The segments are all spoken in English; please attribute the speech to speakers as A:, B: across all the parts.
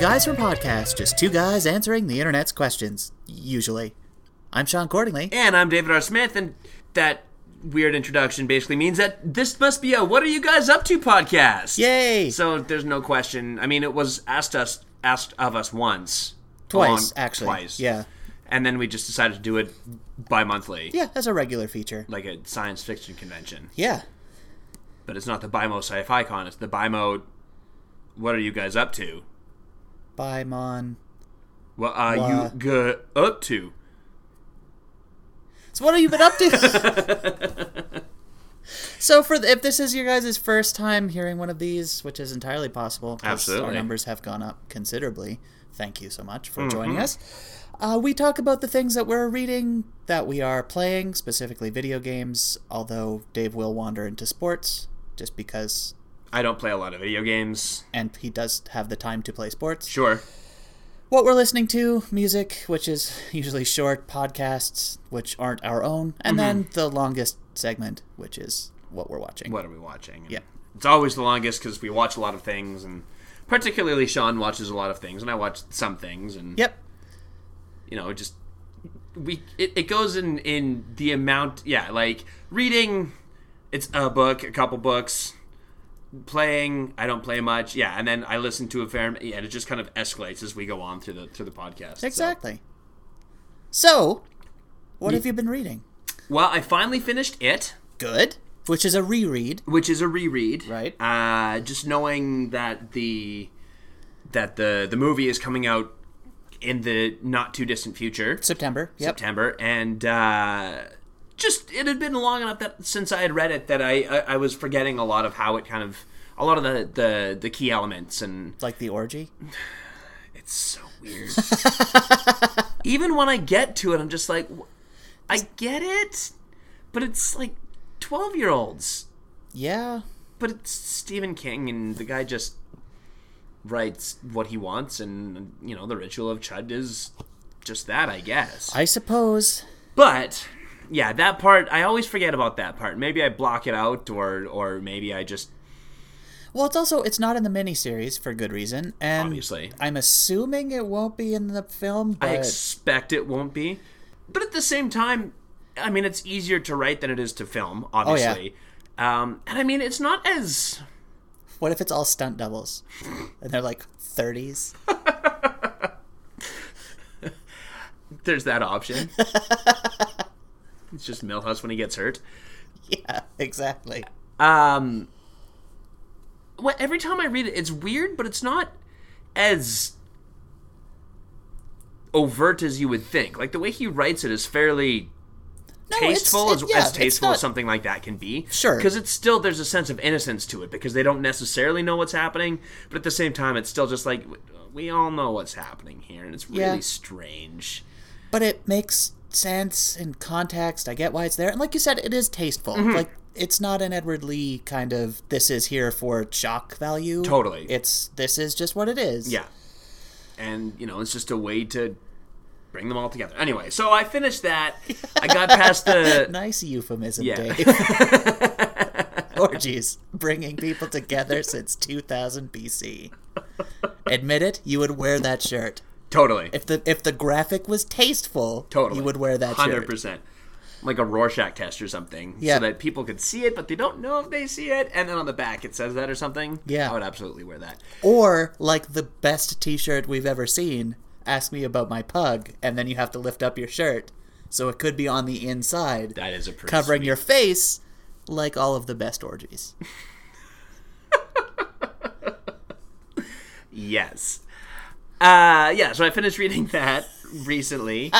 A: Guys from Podcast, just two guys answering the internet's questions, usually. I'm Sean Cordingly.
B: And I'm David R. Smith, and that weird introduction basically means that this must be a "What are you guys up to?" podcast.
A: Yay!
B: So there's no question. I mean, it was asked us asked of us once,
A: twice,
B: Along-
A: actually.
B: twice,
A: Yeah.
B: and then we just decided to do it bi-monthly,
A: Yeah, that's a regular feature.
B: like a science fiction convention.
A: Yeah.
B: But it's not the BIMO Sci-Fi Con; it's the BIMO. What are you guys up to?
A: Bye, Mon.
B: What are
A: Wha-
B: you g- up to?
A: So what have you been up to? so for the, if this is your guys' first time hearing one of these, which is entirely possible, 'cause our
B: Absolutely.
A: numbers have gone up considerably. Thank you so much for joining us. Uh, we talk about the things that we're reading, that we are playing, specifically video games. Although Dave will wander into sports just because,
B: I don't play a lot of video games.
A: and he does have the time to play sports.
B: Sure.
A: what we're listening to, music, which is usually short podcasts, which aren't our own,
B: Mm-hmm.
A: and then the longest segment, which is what we're watching.
B: what are we watching? And
A: Yeah.
B: It's always the longest because we watch a lot of things, and particularly Sean watches a lot of things, and I watch some things, and
A: Yep.
B: you know, just we it, it goes in in the amount, yeah, like reading, it's a book, a couple books, playing, I don't play much, yeah, and then I listen to a fair, am- yeah, and it just kind of escalates as we go on through the through the podcast. so.
A: Exactly. So, what have you been reading?
B: Well, I finally finished it.
A: Good. Which is a reread.
B: which is a reread,
A: Right.
B: Uh, just knowing that the that the the movie is coming out in the not too distant future,
A: September. Yep.
B: September, and uh, just it had been long enough that since I had read it that I I, I was forgetting a lot of how it kind of a lot of the the, the key elements and
A: Like the orgy.
B: it's so weird. Even when I get to it, I'm just like, wh- I get it, but it's like twelve year olds.
A: Yeah.
B: but it's Stephen King, and the guy just writes what he wants, and you know the ritual of chud is just that, I guess.
A: I suppose.
B: But yeah, that part I always forget about that part. Maybe I block it out, or or maybe I just
A: Well, it's also it's not in the miniseries for good reason, and
B: Obviously.
A: I'm assuming it won't be in the film. But
B: I expect it won't be. But at the same time, I mean it's easier to write than it is to film,
A: Oh,
B: obviously. Um, and I mean it's not as
A: what if it's all stunt doubles, and they're like 30s?
B: there's that option. it's just Milhouse when he gets hurt.
A: yeah, exactly.
B: um well, every time I read it, it's weird, but it's not as overt as you would think. Like the way he writes it is fairly
A: No, it's-
B: tasteful,
A: it-
B: as,
A: yeah,
B: as
A: it's
B: tasteful
A: not-
B: as something like that can be.
A: Sure.
B: because it's still there's a sense of innocence to it because they don't necessarily know what's happening, but at the same time, it's still just like w- we all know what's happening here, and it's really
A: Yeah.
B: strange.
A: But it makes sense in context. I get why it's there, and like you said, it is tasteful.
B: Mm-hmm.
A: Like it's not an Edward Lee kind of "this is here for shock value."
B: Totally.
A: it's this is just what it is.
B: Yeah. And, you know, it's just a way to bring them all together. Anyway, so I finished that. I got past the.
A: nice euphemism,
B: Yeah.
A: Dave. Orgies bringing people together since 2000 BC. Admit it, you would wear that shirt.
B: Totally.
A: If the if the graphic was tasteful,
B: Totally.
A: you would wear that shirt.
B: 100%. Like a Rorschach test or something.
A: Yeah.
B: So that people could see it, but they don't know if they see it. And then on the back it says that or something.
A: Yeah.
B: I would absolutely wear that.
A: Or like the best T-shirt we've ever seen. Ask me about my pug, and then you have to lift up your shirt, so it could be on the inside,
B: That is a pretty.
A: covering your face, like all of the best orgies.
B: Yes. Uh, yeah, so I finished reading that recently.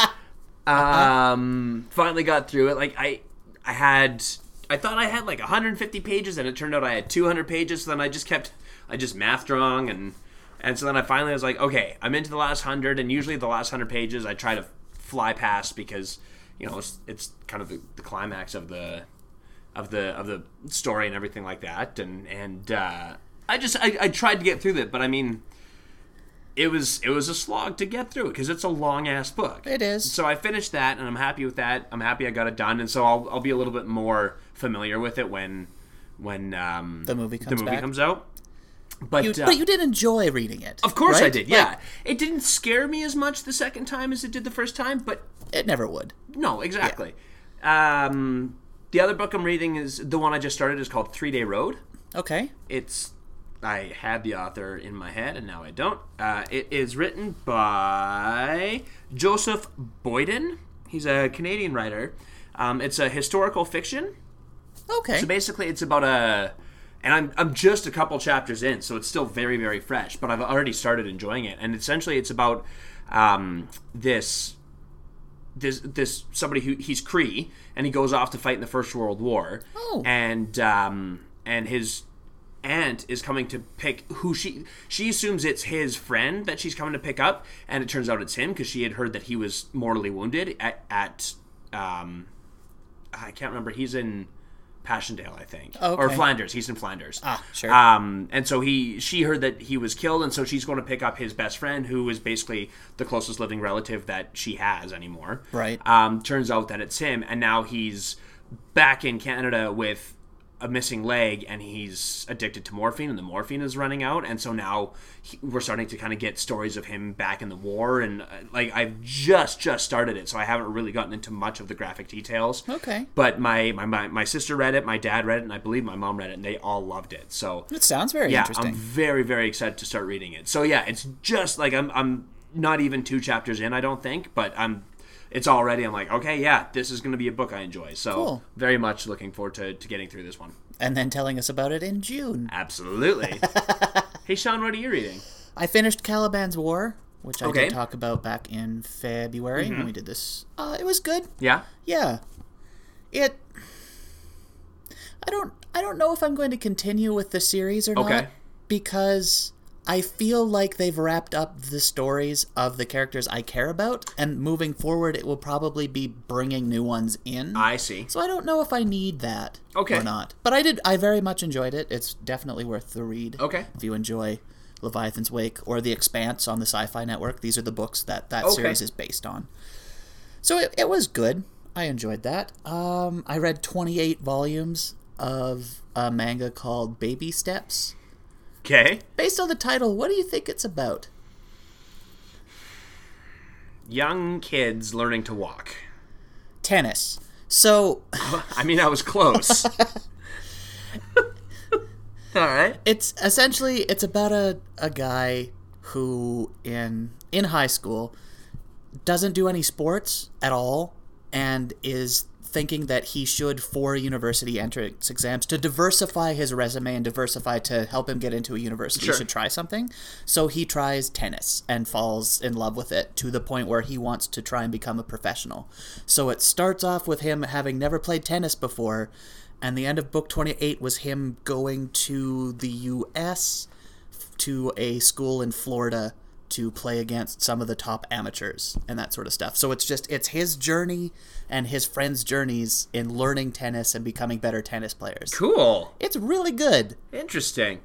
B: um, finally got through it. Like I, I had, I thought I had like 150 pages, and it turned out I had 200 pages. So then I just kept, I just mathed wrong, and and so then I finally was like, okay, I'm into the last hundred, and usually the last hundred pages I try to fly past because you know it's, it's kind of the, the climax of the of the of the story and everything like that and and uh, I just I, I tried to get through that but I mean it was it was a slog to get through it because it's a long ass book
A: It is.
B: so I finished that and I'm happy with that I'm happy I got it done and so I'll, I'll be a little bit more familiar with it when when um,
A: The movie comes
B: the movie
A: back.
B: comes out But,
A: You,
B: uh,
A: but you did enjoy reading it.
B: of course I
A: right?
B: did. Yeah, it didn't scare me as much the second time as it did the first time, but
A: It never would.
B: No, exactly. Um, the other book I'm reading is the one I just started is called Three Day Road.
A: Okay.
B: It's I had the author in my head and now I don't. Uh, it is written by Joseph Boyden. He's a Canadian writer. Um, it's a historical fiction.
A: Okay.
B: So basically, it's about a, and I'm I'm just a couple chapters in, so it's still very very fresh. But I've already started enjoying it, and essentially, it's about um, this this this somebody who he's Cree, and he goes off to fight in the First World War,
A: Oh.
B: and um, and his aunt is coming to pick who she she assumes it's his friend that she's coming to pick up and it turns out it's him because she had heard that he was mortally wounded at, at um i can't remember he's in passchendaele i think
A: Oh,
B: or
A: okay.
B: flanders he's in flanders
A: Ah, sure.
B: um and so he she heard that he was killed and so she's going to pick up his best friend who is basically the closest living relative that she has anymore
A: Right.
B: um, turns out that it's him, and now he's back in Canada with a missing leg, and he's addicted to morphine, and the morphine is running out, and so now he, we're starting to kind of get stories of him back in the war, and uh, like I've just just started it, so I haven't really gotten into much of the graphic details.
A: okay.
B: But my, my, my, my sister read it, my dad read it, and I believe my mom read it, and they all loved it. So
A: It sounds very
B: yeah,
A: Hmm.
B: um,
A: interesting.
B: I'm very very excited to start reading it. So yeah, it's just like I'm I'm not even two chapters in, I don't think, but I'm it's already I'm like, okay, yeah, this is going to be a book I enjoy. So
A: Cool.
B: very much looking forward to, to getting through this one.
A: and then telling us about it in June.
B: Absolutely. hey Sean, what are you reading?
A: I finished Caliban's War, which I
B: Okay. Mm-hmm.
A: did talk about back in February when we did this. Uh, it was good.
B: Yeah.
A: Yeah. It. I don't. I don't know if I'm going to continue with the series or
B: Okay.
A: not because I feel like they've wrapped up the stories of the characters I care about, and moving forward, it will probably be bringing new ones in.
B: I see.
A: So I don't know if I need that
B: Okay.
A: or not. But I did. I very much enjoyed it. It's definitely worth the read.
B: Okay.
A: If you enjoy Leviathan's Wake or The Expanse on the Sci-Fi Network, these are the books that that
B: Okay.
A: series is based on. So it, it was good. I enjoyed that. Um, I read 28 volumes of a manga called Baby Steps.
B: Okay.
A: Based on the title, what do you think it's about?
B: Young kids learning to walk.
A: Tennis. So
B: I mean, I was close. All right.
A: it's essentially it's about a, a guy who in in high school doesn't do any sports at all and is thinking that he should for university entrance exams to diversify his resume and diversify to help him get into a university
B: Sure.
A: should try something so he tries tennis and falls in love with it to the point where he wants to try and become a professional so it starts off with him having never played tennis before and the end of book 28 was him going to the US to a school in Florida to play against some of the top amateurs and that sort of stuff. So it's just it's his journey and his friends' journeys in learning tennis and becoming better tennis players.
B: Cool.
A: It's really good.
B: Interesting.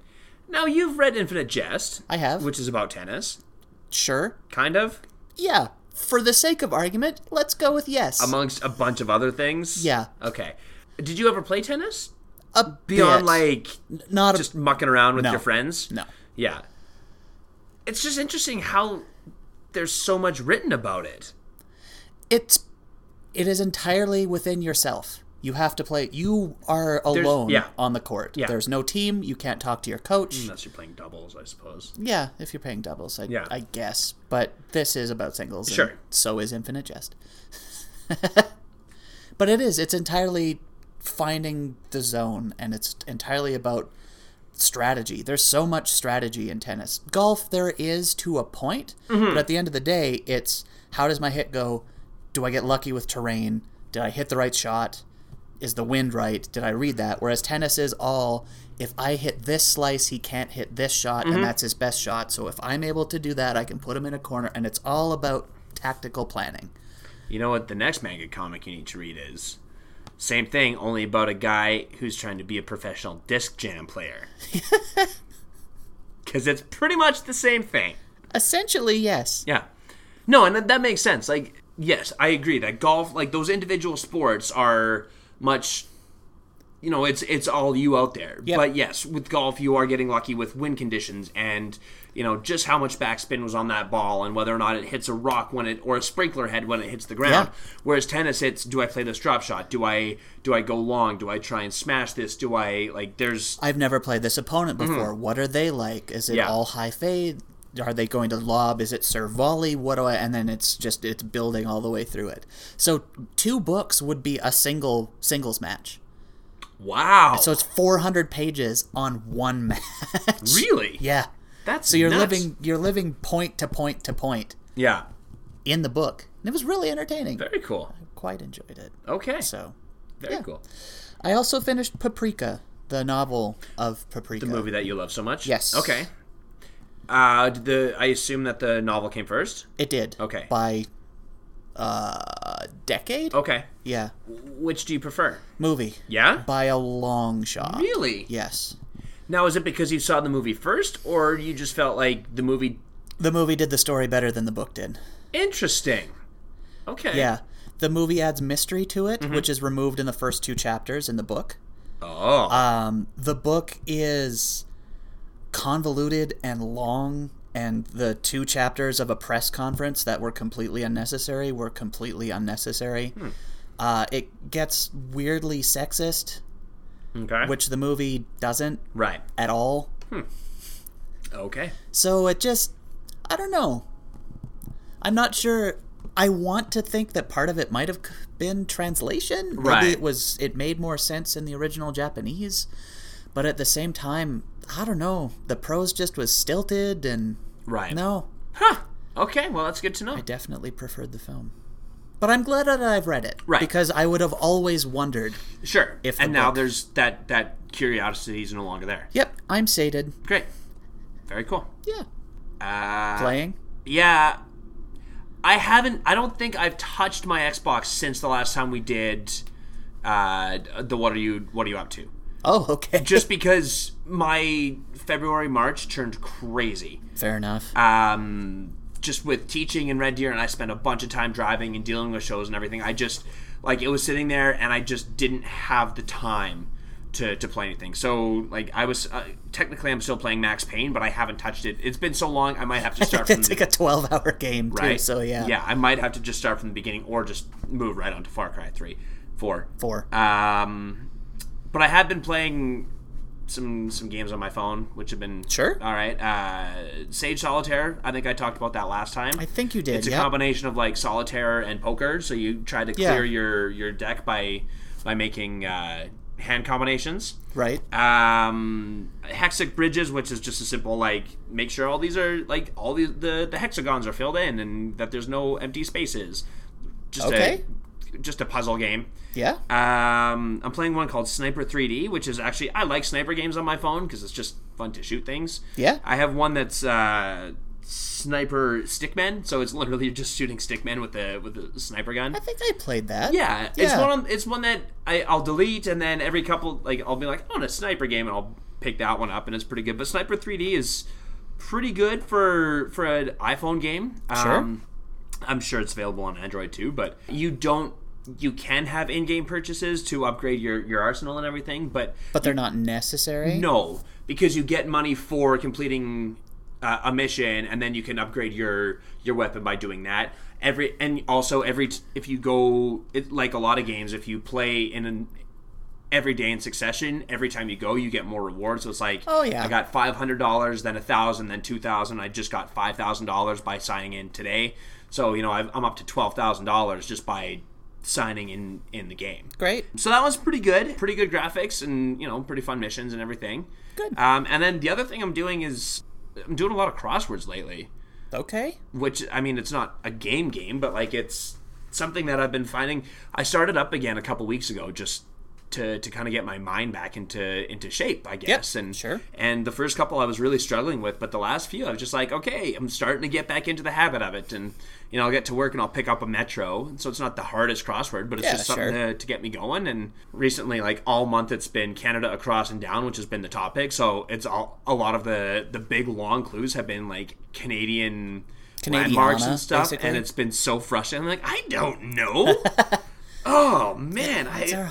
B: Now you've read Infinite Jest.
A: I have.
B: which is about tennis,
A: Sure.
B: kind of,
A: Yeah. For the sake of argument, let's go with yes.
B: amongst a bunch of other things.
A: Yeah.
B: Okay. Did you ever play tennis
A: A
B: beyond
A: bit.
B: like
A: not a,
B: just mucking around with
A: No.
B: your friends?
A: no.
B: Yeah. It's just interesting how there's so much written about it.
A: It's it is entirely within yourself. You have to play. You are alone
B: yeah.
A: on the court.
B: Yeah.
A: There's no team. You can't talk to your coach.
B: Unless you're playing doubles, I suppose.
A: Yeah, if you're paying doubles, I,
B: Yeah.
A: I guess. But this is about singles. and
B: Sure.
A: So is Infinite Jest. but it is. It's entirely finding the zone, and it's entirely about strategy. There's so much strategy in tennis. Golf, there is to a point,
B: Mm-hmm.
A: but at the end of the day, it's how does my hit go? Do I get lucky with terrain? Did I hit the right shot? Is the wind right? Did I read that? Whereas tennis is all if I hit this slice, he can't hit this shot,
B: Mm-hmm.
A: and that's his best shot. So if I'm able to do that, I can put him in a corner, and it's all about tactical planning.
B: You know what the next manga comic you need to read is? Same thing, only about a guy who's trying to be a professional disc jam player. Cause it's pretty much the same thing.
A: Essentially, yes.
B: Yeah. No, and that- that makes sense. Like, yes, I agree that golf, like those individual sports, are much you know, it's it's all you out there.
A: Yep.
B: But yes, with golf, you are getting lucky with wind conditions and you know just how much backspin was on that ball and whether or not it hits a rock when it or a sprinkler head when it hits the ground. Whereas tennis, it's do I play this drop shot? Do I do I go long? Do I try and smash this? Do I like? There's
A: I've never played this opponent before. What are they like? Is it
B: Mm-hmm. Yeah.
A: all high fade? Are they going to lob? Is it serve volley? What do I? And then it's just it's building all the way through it. So two books would be a single singles match.
B: wow.
A: So it's 400 pages on one match.
B: really,
A: yeah.
B: That's
A: So you're
B: nuts.
A: living you're living point to point to point
B: Yeah,
A: in the book. And it was really entertaining.
B: very cool.
A: Quite enjoyed it.
B: Okay,
A: So
B: very
A: yeah.
B: cool.
A: I also finished Paprika, the novel of Paprika.
B: The movie that you love so much.
A: Yes.
B: Okay. Uh, did the I assume that the novel came first.
A: It did.
B: Okay. Oh.
A: By uh decade?
B: Okay.
A: Yeah.
B: Which do you prefer?
A: Movie.
B: Yeah.
A: By a long shot.
B: Really?
A: Yes.
B: Now, is it because you saw the movie first, or you just felt like the movie
A: The movie did the story better than the book did.
B: interesting? Okay.
A: Yeah. The movie adds mystery to
B: Mm-hmm.
A: it, which is removed in the first two chapters in the book.
B: Oh.
A: Um, the book is convoluted and long, and the two chapters of a press conference that were completely unnecessary were completely unnecessary. Uh, it gets weirdly sexist,
B: okay.
A: which the movie doesn't
B: right.
A: at all.
B: Okay.
A: So it just, I don't know. I'm not sure. I want to think that part of it might have c- been translation. Maybe
B: Right.
A: it was. It made more sense in the original Japanese, but at the same time, I don't know. The prose just was stilted, and
B: Right.
A: no,
B: Huh. Okay. Well, that's good to know.
A: I definitely preferred the film. But I'm glad that I've read it,
B: Right.
A: Because I would have always wondered.
B: Sure.
A: If the
B: and now
A: book-
B: there's that that curiosity is no longer there.
A: Yep, I'm sated.
B: Great. Very cool.
A: Yeah,
B: Uh,
A: playing.
B: Yeah. I haven't I don't think I've touched my Xbox since the last time we did uh the what are you what are you up to?
A: Oh, okay.
B: Just because my February March turned crazy.
A: Fair enough.
B: Um just with teaching in Red Deer and I spent a bunch of time driving and dealing with shows and everything. I just like it was sitting there and I just didn't have the time to, to play anything. So like I was uh, technically I'm still playing Max Payne, but I haven't touched it. It's been so long I might have to start from
A: It's
B: the
A: like a 12-hour game, too.
B: right?
A: So yeah,
B: yeah. I might have to just start from the beginning or just move right on to Far Cry three, four.
A: four.
B: Um, but I have been playing some some games on my phone, which have been
A: Sure.
B: All right, uh, Sage Solitaire. I think I talked about that last time.
A: I think you did.
B: it's a
A: yeah.
B: combination of like solitaire and poker. So you try to
A: Yeah.
B: clear your your deck by by making uh, hand combinations.
A: Right.
B: Um, hexic bridges, which is just a simple like make sure all these are like all the the, the hexagons are filled in and that there's no empty spaces. Just
A: Okay.
B: a just a puzzle game.
A: Yeah.
B: Um, I'm playing one called Sniper 3D, which is actually I like sniper games on my phone because it's just fun to shoot things.
A: Yeah.
B: I have one that's uh, Sniper Stickmen, so it's literally just shooting stickmen with a with a sniper gun.
A: I think I played that.
B: Yeah, it's
A: Yeah.
B: one. On, it's one that I, I'll delete, and then every couple, like I'll be like on a sniper game, and I'll pick that one up, and it's pretty good. But Sniper 3D is pretty good for for an iPhone game. Um,
A: Sure.
B: I'm sure it's available on Android too, but you don't. You can have in-game purchases to upgrade your your arsenal and everything, but
A: But they're not necessary.
B: no, because you get money for completing uh, a mission, and then you can upgrade your your weapon by doing that. Every and also every t- if you go it, like a lot of games, if you play in an every day in succession, every time you go, you get more rewards. So it's like,
A: Oh, yeah.
B: I got five hundred dollars, then a thousand, then two thousand. I just got five thousand dollars by signing in today. So you know I've, I'm up to twelve thousand dollars just by signing in in the game.
A: Great.
B: So that one's pretty good. Pretty good graphics and, you know, pretty fun missions and everything.
A: Good.
B: Um, and then the other thing I'm doing is I'm doing a lot of crosswords lately,
A: Okay.
B: which, I mean, it's not a game game, but like it's something that I've been finding. I started up again a couple weeks ago just. To, to kind of get my mind back into into shape, I guess, and
A: sure.
B: and the first couple I was really struggling with, but the last few I was just like, okay, I'm starting to get back into the habit of it, and you know I'll get to work and I'll pick up a metro, so it's not the hardest crossword, but it's
A: Yeah,
B: just something
A: sure.
B: to, to get me going. And recently, like all month, it's been Canada across and down, which has been the topic. So it's all a lot of the the big long clues have been like Canadian landmarks
A: Canadiana,
B: and stuff,
A: basically.
B: and it's been so frustrating. I'm like, I don't know. Oh man, I
A: It's our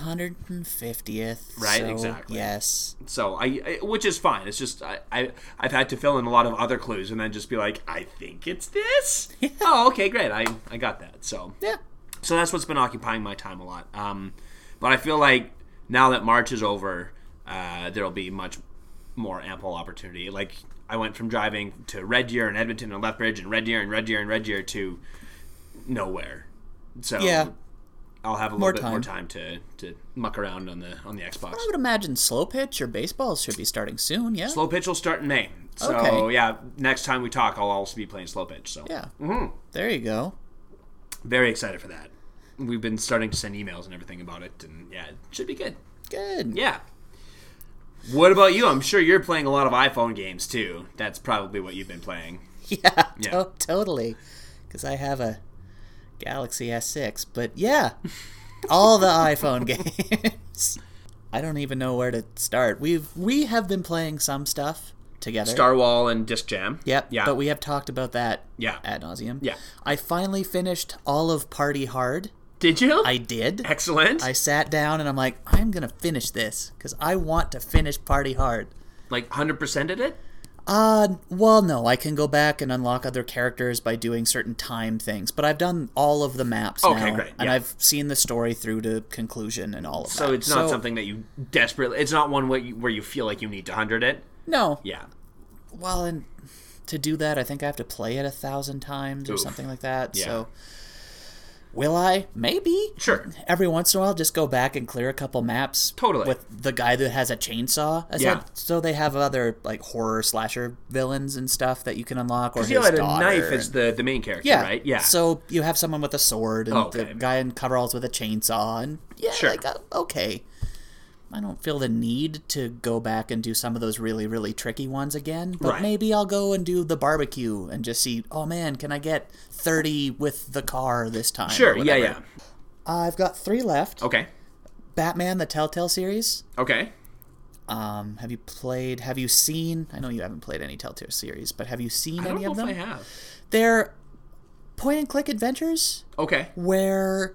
A: 150th.
B: Right,
A: so
B: exactly.
A: Yes.
B: so I, I which is fine. It's just I, I I've had to fill in a lot of other clues and then just be like, I think it's this. oh, okay, great. I I got that. So
A: Yeah.
B: so that's what's been occupying my time a lot. Um, but I feel like now that March is over, uh, there'll be much more ample opportunity. Like I went from driving to Red Deer and Edmonton and Lethbridge and Red Deer and Red Deer and Red Deer to nowhere. So
A: Yeah.
B: I'll have a little
A: More
B: bit more time
A: time.
B: to, to muck around on the on the Xbox.
A: I would imagine slow pitch or baseballs should be starting soon. Yeah.
B: Slow pitch will start in May. So
A: Okay.
B: yeah, next time we talk, I'll also be playing slow pitch. So
A: yeah.
B: Mm-hmm.
A: There you go.
B: very excited for that. We've been starting to send emails and everything about it, and yeah, it should be good.
A: Good.
B: Yeah. What about you? I'm sure you're playing a lot of iPhone games too. That's probably what you've been playing.
A: Yeah.
B: Yeah.
A: To- totally. Because I have a Galaxy S6, but yeah, all the iPhone games. I don't even know where to start. We've we have been playing some stuff together.
B: Starwall and Disc Jam.
A: Yep.
B: Yeah.
A: But we have talked about that
B: Yeah.
A: ad nauseum.
B: Yeah.
A: I finally finished all of Party Hard.
B: Did you?
A: I did.
B: Excellent.
A: I sat down and I'm like, I'm gonna finish this because I want to finish Party Hard.
B: like 100% did it?
A: Uh, well, no, I can go back and unlock other characters by doing certain time things, but I've done all of the maps
B: Okay,
A: now,
B: great,
A: and
B: yeah.
A: I've seen the story through to conclusion and all of that.
B: So it's not
A: So-
B: something that you desperately. It's not one where you, where you feel like you need to 100 it.
A: No,
B: Yeah.
A: well, and to do that, I think I have to play it a thousand times or
B: Oof.
A: something like that.
B: Yeah.
A: So, will I? Maybe.
B: Sure.
A: Every once in a while, just go back and clear a couple maps.
B: Totally.
A: With the guy that has a chainsaw. As
B: Yeah.
A: well. So they have other like horror slasher villains and stuff that you can unlock, or his
B: feel like a
A: daughter.
B: knife is
A: and-
B: the, the main character,
A: yeah.
B: right? Yeah.
A: So you have someone with a sword and
B: Okay.
A: the guy in coveralls with a chainsaw, and yeah,
B: Sure.
A: like uh, okay. I don't feel the need to go back and do some of those really, really tricky ones again. But
B: Right.
A: maybe I'll go and do the barbecue and just see. Oh man, can I get thirty with the car this time? or
B: sure. Yeah,
A: whatever.
B: yeah.
A: I've got three left.
B: Okay.
A: Batman: The Telltale Series.
B: Okay.
A: Um, have you played? Have you seen? I know you haven't played any Telltale series, but have you seen
B: I don't
A: any
B: know
A: of
B: if
A: them?
B: I have.
A: They're point and click adventures
B: Okay.
A: where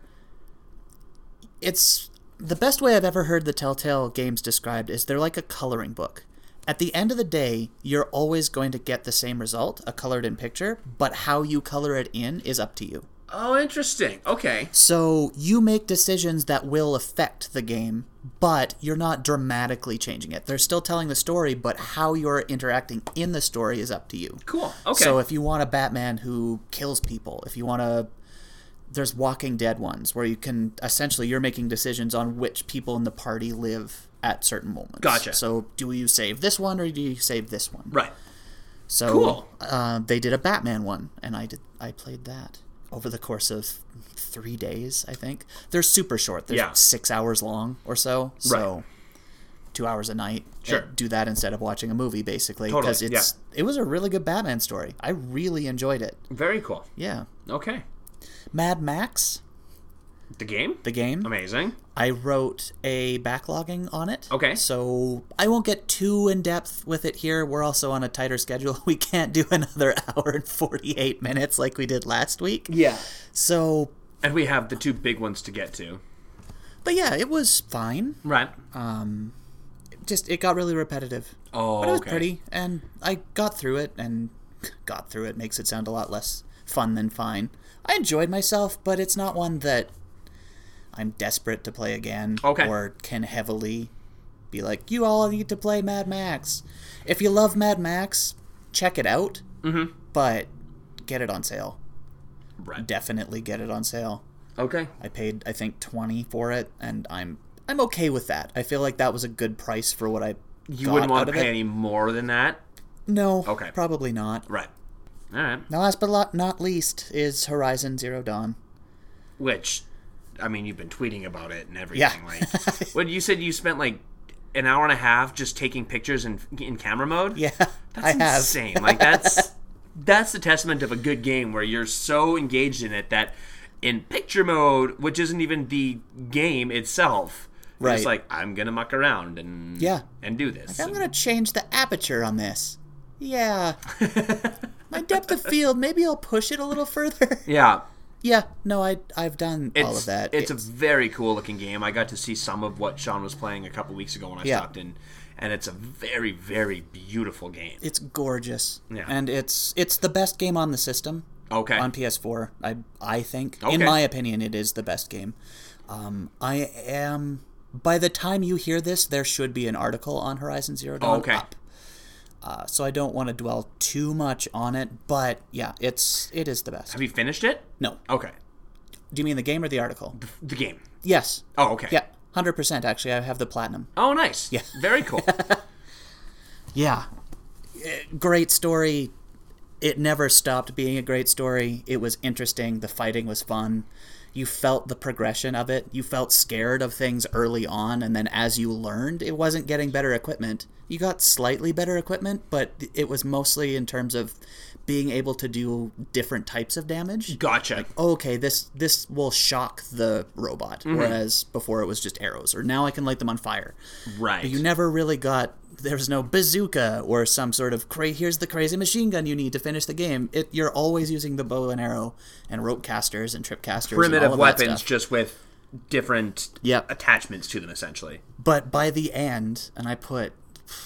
A: it's the best way I've ever heard the Telltale games described is they're like a coloring book. At the end of the day, you're always going to get the same result, a colored in picture, but how you color it in is up to you.
B: Oh, interesting. Okay.
A: So you make decisions that will affect the game, but you're not dramatically changing it. They're still telling the story, but how you're interacting in the story is up to you.
B: Cool. Okay.
A: So if you want a Batman who kills people, if you want a there's Walking Dead ones where you can essentially you're making decisions on which people in the party live at certain moments.
B: Gotcha.
A: So do you save this one or do you save this one?
B: right.
A: So
B: Cool.
A: uh, they did a Batman one, and I did I played that over the course of three days. I think they're super short. They're
B: Yeah.
A: six hours long or so. So
B: Right.
A: two hours a night.
B: Sure.
A: Do that instead of watching a movie, basically,
B: Totally,
A: because it's it was a really good Batman story. I really enjoyed it.
B: Very cool.
A: Yeah.
B: Okay.
A: Mad Max,
B: The game?
A: the game.
B: Amazing.
A: I wrote a backlogging on it.
B: Okay.
A: So I won't get too in depth with it here. We're also on a tighter schedule. We can't do another hour and 48 minutes like we did last week.
B: Yeah.
A: So,
B: And we have the two big ones to get to.
A: but yeah, it was fine.
B: Right.
A: Just it got really repetitive.
B: oh,
A: But it was
B: okay.
A: pretty and I got through it and got through it makes it sound a lot less fun than fine. I enjoyed myself, but it's not one that I'm desperate to play again
B: Okay.
A: or can heavily be like, you all need to play Mad Max. If you love Mad Max, check it out, mm-hmm. but get it on sale.
B: Right.
A: Definitely get it on sale.
B: Okay.
A: I paid, I think, 20 for it, and I'm I'm okay with that. I feel like that was a good price for what I
B: You
A: got
B: wouldn't
A: out
B: want to
A: of
B: pay
A: it.
B: any more than that?
A: No,
B: Okay.
A: probably not.
B: Right. All right.
A: Now, last but lo- not least is Horizon Zero Dawn.
B: Which, I mean, you've been tweeting about it and everything.
A: Yeah.
B: Like, what you said you spent like an hour and a half just taking pictures in, in camera mode?
A: Yeah,
B: That's
A: I have.
B: insane. Like that's that's the testament of a good game where you're so engaged in it that in picture mode, which isn't even the game itself, you're just
A: Right.
B: like I'm gonna muck around and
A: Yeah.
B: and do this.
A: I'm gonna change the aperture on this. Yeah. My depth of field, maybe I'll push it a little further.
B: yeah,
A: Yeah, no, I I've done all of that.
B: It's, a very cool looking game. I got to see some of what Sean was playing a couple weeks ago when I
A: Yeah.
B: stopped in, and it's a very very beautiful game.
A: it's gorgeous.
B: Yeah.
A: And it's it's the best game on the system.
B: Okay.
A: On PS4, I I think, in
B: Okay.
A: my opinion, it is the best game. Um, I am. By the time you hear this, there should be an article on Horizon Zero Dawn
B: Okay.
A: up. Uh, so I don't want to dwell too much on it, but yeah, it's it is the best.
B: Have you finished it?
A: No,
B: Okay.
A: do you mean the game or the article?
B: The game.
A: Yes.
B: Oh, okay.
A: Yeah, hundred percent. Actually, I have the platinum.
B: Oh, nice. Yeah. Very cool.
A: Yeah. Eh, Great story. It never stopped being a great story. It was interesting. The fighting was fun. You felt the progression of it. You felt scared of things early on, and then as you learned, it wasn't getting better equipment. You got slightly better equipment, but it was mostly in terms of being able to do different types of damage.
B: Gotcha.
A: Okay, this this will shock the robot, whereas before it was just arrows, or now I can light them on fire.
B: Right.
A: You never really got. There's no bazooka or some sort of cra- here's the crazy machine gun you need to finish the game. It you're always using the bow and arrow and rope casters and trip casters. and all
B: Primitive
A: of That
B: weapons,
A: stuff.
B: just with different
A: Yep.
B: attachments to them, essentially.
A: But by the end, and I put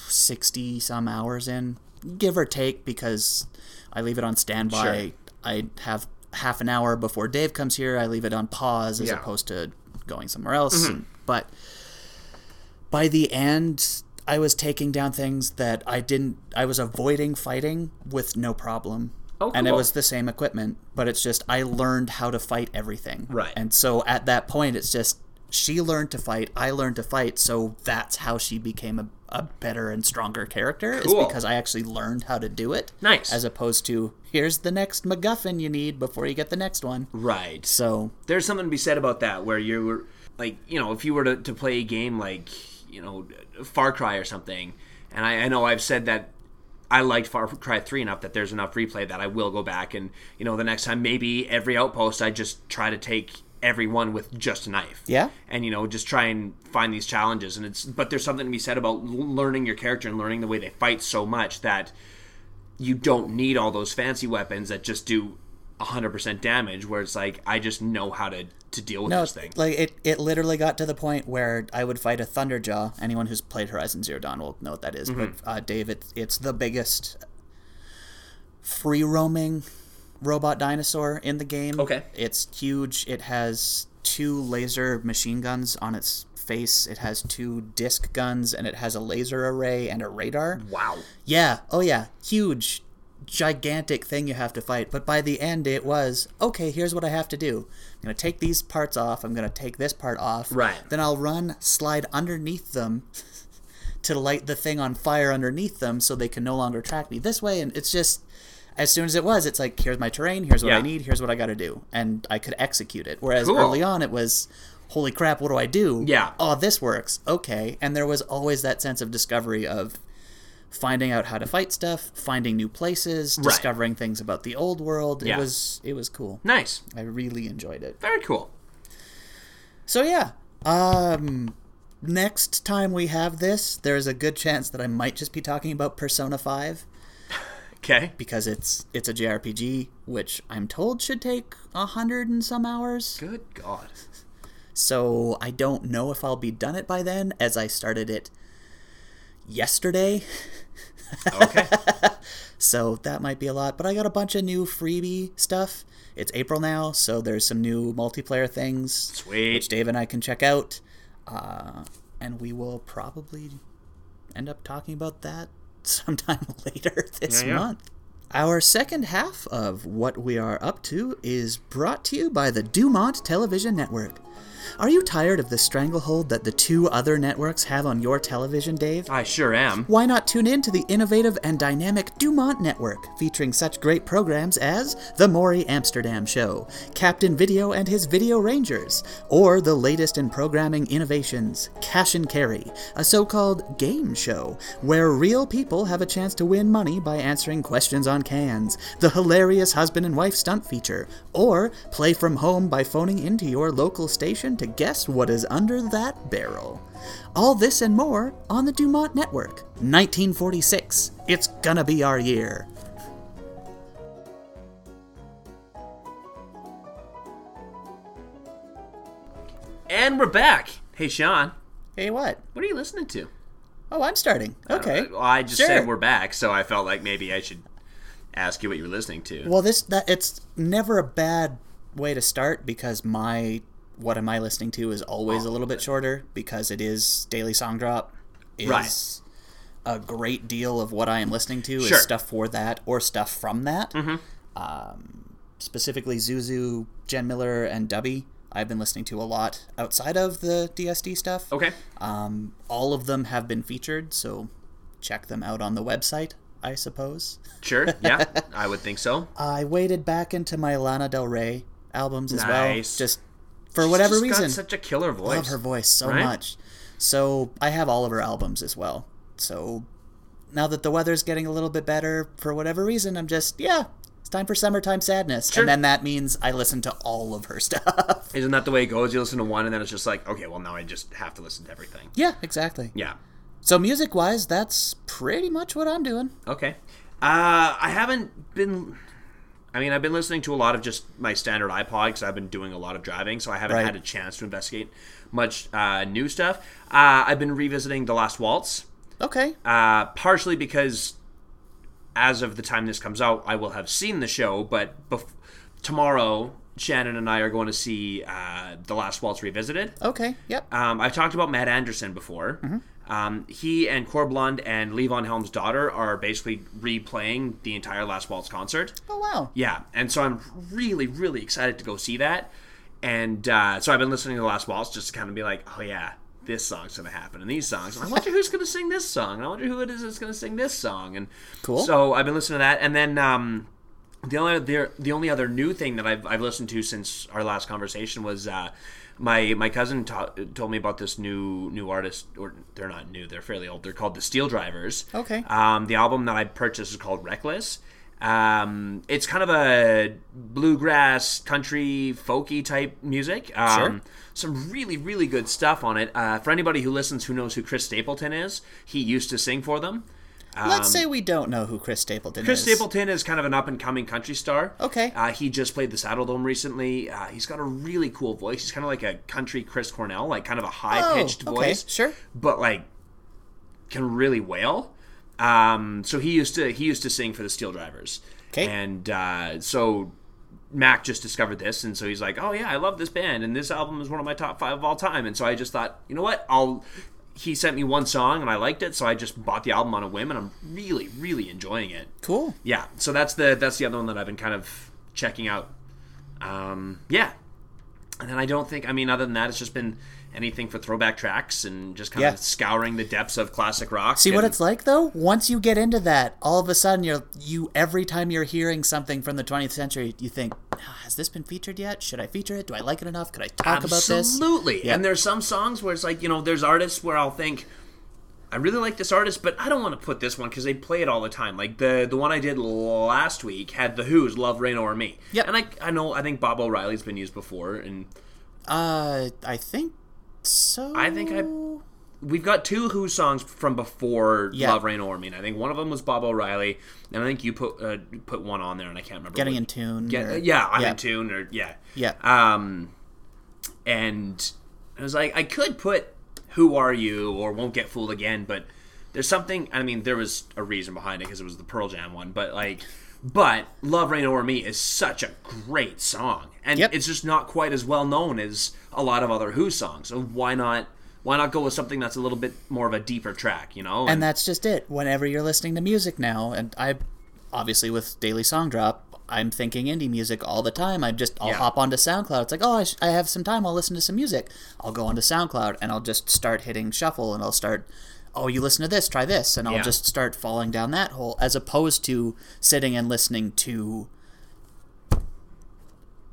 A: sixty some hours in, give or take, because I leave it on standby.
B: Sure.
A: I have half an hour before Dave comes here. I leave it on pause as
B: Yeah. Mm-hmm.
A: opposed to going somewhere else. But by the end i was taking down things that i didn't i was avoiding fighting with no problem
B: Oh,
A: and it
B: cool.
A: was the same equipment but it's just i learned how to fight everything
B: Right.
A: and so at that point it's just she learned to fight i learned to fight so that's how she became a, a better and stronger character
B: Cool.
A: is because i actually learned how to do it
B: Nice.
A: as opposed to here's the next macguffin you need before you get the next one
B: Right.
A: so
B: there's something to be said about that where you were like you know if you were to, to play a game like you know far cry or something and I, I know i've said that i liked far cry 3 enough that there's enough replay that i will go back and you know the next time maybe every outpost i just try to take everyone with just a knife
A: Yeah.
B: and you know just try and find these challenges and it's but there's something to be said about l- learning your character and learning the way they fight so much that you don't need all those fancy weapons that just do 100% damage where it's like i just know how to to deal with
A: No,
B: this thing
A: Like it, it literally got to the point where I would fight a Thunderjaw. Anyone who's played Horizon Zero Dawn will know what that is. But uh, Dave, it, it's the biggest free roaming robot dinosaur in the game.
B: Okay.
A: It's huge. It has two laser machine guns on its face. It has two disc guns, and it has a laser array and a radar.
B: wow
A: Yeah. Oh, yeah. Huge, gigantic thing you have to fight. But by the end, it was okay. Here's what I have to do. I'm gonna take these parts off. I'm gonna take this part off.
B: Right.
A: Then I'll run, slide underneath them, to light the thing on fire underneath them, so they can no longer track me this way. And it's just. As soon as it was, it's like, here's my terrain, here's what
B: Yeah.
A: I need, here's what I gotta do. And I could execute it. Whereas
B: Cool.
A: early on, it was, holy crap, what do I do?
B: Yeah.
A: Oh, this works. Okay. And there was always that sense of discovery of, finding out how to fight stuff, finding new places, discovering things about the old world.
B: Yeah.
A: It was it was cool.
B: nice
A: I really enjoyed it.
B: very cool
A: So yeah, um next time we have this, there's a good chance that I might just be talking about Persona 5
B: okay
A: because it's it's a JRPG which I'm told should take a 100 and some hours.
B: good god
A: So I don't know if I'll be done it by then as I started it yesterday.
B: okay
A: So that might be a lot, but I got a bunch of new freebie stuff. It's April now, so there's some new multiplayer things which
B: sweet
A: Dave and I can check out. Uh, and we will probably end up talking about that sometime later this
B: Yeah, yeah.
A: month. Our second half of What We Are Up To is brought to you by the Dumont Television Network. Are you tired of the stranglehold that the two other networks have on your television, Dave?
B: i sure am
A: Why not tune in to the innovative and dynamic Dumont Network, featuring such great programs as The Maury Amsterdam Show, Captain Video and his Video Rangers, or the latest in programming innovations, Cash and Carry, a so called game show, where real people have a chance to win money by answering questions on cans, the hilarious husband and wife stunt feature, or play from home by phoning into your local station to guess what is under that barrel. All this and more on the Dumont Network. 1946. It's gonna be our year.
B: And we're back. Hey, Sean,
A: Hey, what?
B: what are you listening to?
A: Oh, I'm starting. Okay.
B: Uh, well, I just
A: Sure.
B: said we're back, so I felt like maybe I should ask you what you're listening to.
A: Well, this that it's never a bad way to start because my what am I listening to is always a little bit shorter because it is daily song drop is
B: Right.
A: a great deal of what I am listening to
B: Sure. Mm-hmm.
A: is stuff for that or stuff from that. Um, specifically, Zuzu, Jen Miller, and Dubby. I've been listening to a lot outside of the DSD stuff.
B: okay.
A: Um, all of them have been featured, so check them out on the website, I suppose.
B: Sure. Yeah, I would think so.
A: I waded back into my Lana Del Rey albums as
B: Nice.
A: well, just for whatever
B: She's just
A: reason.
B: got such a killer voice.
A: I love her voice so
B: right?
A: much. So I have all of her albums as well. So now that the weather's getting a little bit better, for whatever reason, I'm just yeah, it's time for summertime sadness,
B: Sure.
A: and then that means I listen to all of her stuff.
B: Isn't that the way it goes? You listen to one, and then it's just like, okay, well now I just have to listen to everything.
A: yeah, exactly.
B: Yeah.
A: So music-wise, that's pretty much what I'm doing.
B: Okay. Uh, I haven't been. I mean, I've been listening to a lot of just my standard iPod because I've been doing a lot of driving, so I haven't
A: Right.
B: had a chance to investigate much uh, new stuff. Uh, I've been revisiting The Last Waltz,
A: Okay,
B: uh, partially because as of the time this comes out, I will have seen the show, but bef- tomorrow, Shannon and I are going to see uh, The Last Waltz Revisited.
A: okay, yep.
B: Um, I've talked about Matt Anderson before. Um, he and Corblund and Levon Helm's daughter are basically replaying the entire Last Waltz concert.
A: oh wow.
B: Yeah, and so I'm really, really excited to go see that. And uh, so I've been listening to the Last Waltz just to kind of be like, oh yeah, this song's gonna happen, and these songs. And I wonder who's gonna sing this song, and I wonder who it is that's gonna sing this song. And
A: Cool.
B: So I've been listening to that, and then um, the only the, the only other new thing that I've, I've listened to since our last conversation was uh, my my cousin ta- told me about this new new artist, or they're not new, they're fairly old. They're called the Steel Drivers.
A: Okay.
B: Um, the album that I purchased is called Reckless. Um, it's kind of a bluegrass, country, folky type music. Um,
A: Sure.
B: Some really, really good stuff on it. Uh, for anybody who listens who knows who Chris Stapleton is, he used to sing for them.
A: Let's say we don't know who Chris Stapleton
B: Um, Chris
A: is.
B: Stapleton is kind of an up and coming country star.
A: Okay.
B: Uh, he just played the Saddle Dome recently. Uh, he's got a really cool voice. He's kind of like a country Chris Cornell, like kind of a high pitched
A: Oh, okay,
B: voice.
A: sure.
B: But like can really wail. Um, so he used to he used to sing for the Steel Drivers.
A: 'Kay.
B: And uh, so Mac just discovered this, and so he's like, "Oh yeah, I love this band, and this album is one of my top five of all time." And so I just thought, you know what, I'll. He sent me one song and I liked it, so I just bought the album on a whim, and I'm really, really enjoying it.
A: Cool.
B: Yeah, so that's the that's the other one that I've been kind of checking out. Um, yeah, and then I don't think I mean other than that, it's just been anything for throwback tracks and just kind
A: Yeah.
B: of scouring the depths of classic rock.
A: See what
B: and-
A: it's like though? Once you get into that, all of a sudden you're you every time you're hearing something from the 20th century, you think, "Ah, "Has this been featured yet? Should I feature it? Do I like it enough? Could I talk about
B: absolutely.
A: Yeah.
B: And there's some songs where it's like you know there's artists where I'll think. I really like this artist, but I don't want to put this one because they play it all the time. Like the the one I did last week had the Who's "Love Rain Over Me."
A: Yep.
B: and I I know I think Bob O'Reilly's been used before, and
A: this?" Uh, I think so.
B: I think I we've got two Who songs from before
A: Yeah.
B: Love Rain Over Me. And I think one of them was Bob O'Reilly, and I think you put uh, put one on there, and I can't remember.
A: getting
B: which.
A: in tune.
B: Get-
A: or-
B: yeah, I'm
A: yeah.
B: in tune, or yeah,
A: Yeah.
B: Um, and I was like, I could put Who Are You or Won't Get Fooled Again, but there's something. I mean, there was a reason behind it because it was the Pearl Jam one, but like. But Love Rain Over Me is such a great song, and
A: Yep.
B: it's just not quite as well known as a lot of other Who songs. So why not why not go with something that's a little bit more of a deeper track, you know?
A: and that's just it. Whenever you're listening to music now, and I obviously with Daily Song Drop, I'm thinking indie music all the time. I just I'll
B: Yeah.
A: hop onto SoundCloud. It's like, "Oh, I, sh- I have some time. I'll listen to some music." I'll go onto SoundCloud and I'll just start hitting shuffle and I'll start Oh, you listen to this, try this, and I'll
B: Yeah.
A: just start falling down that hole as opposed to sitting and listening to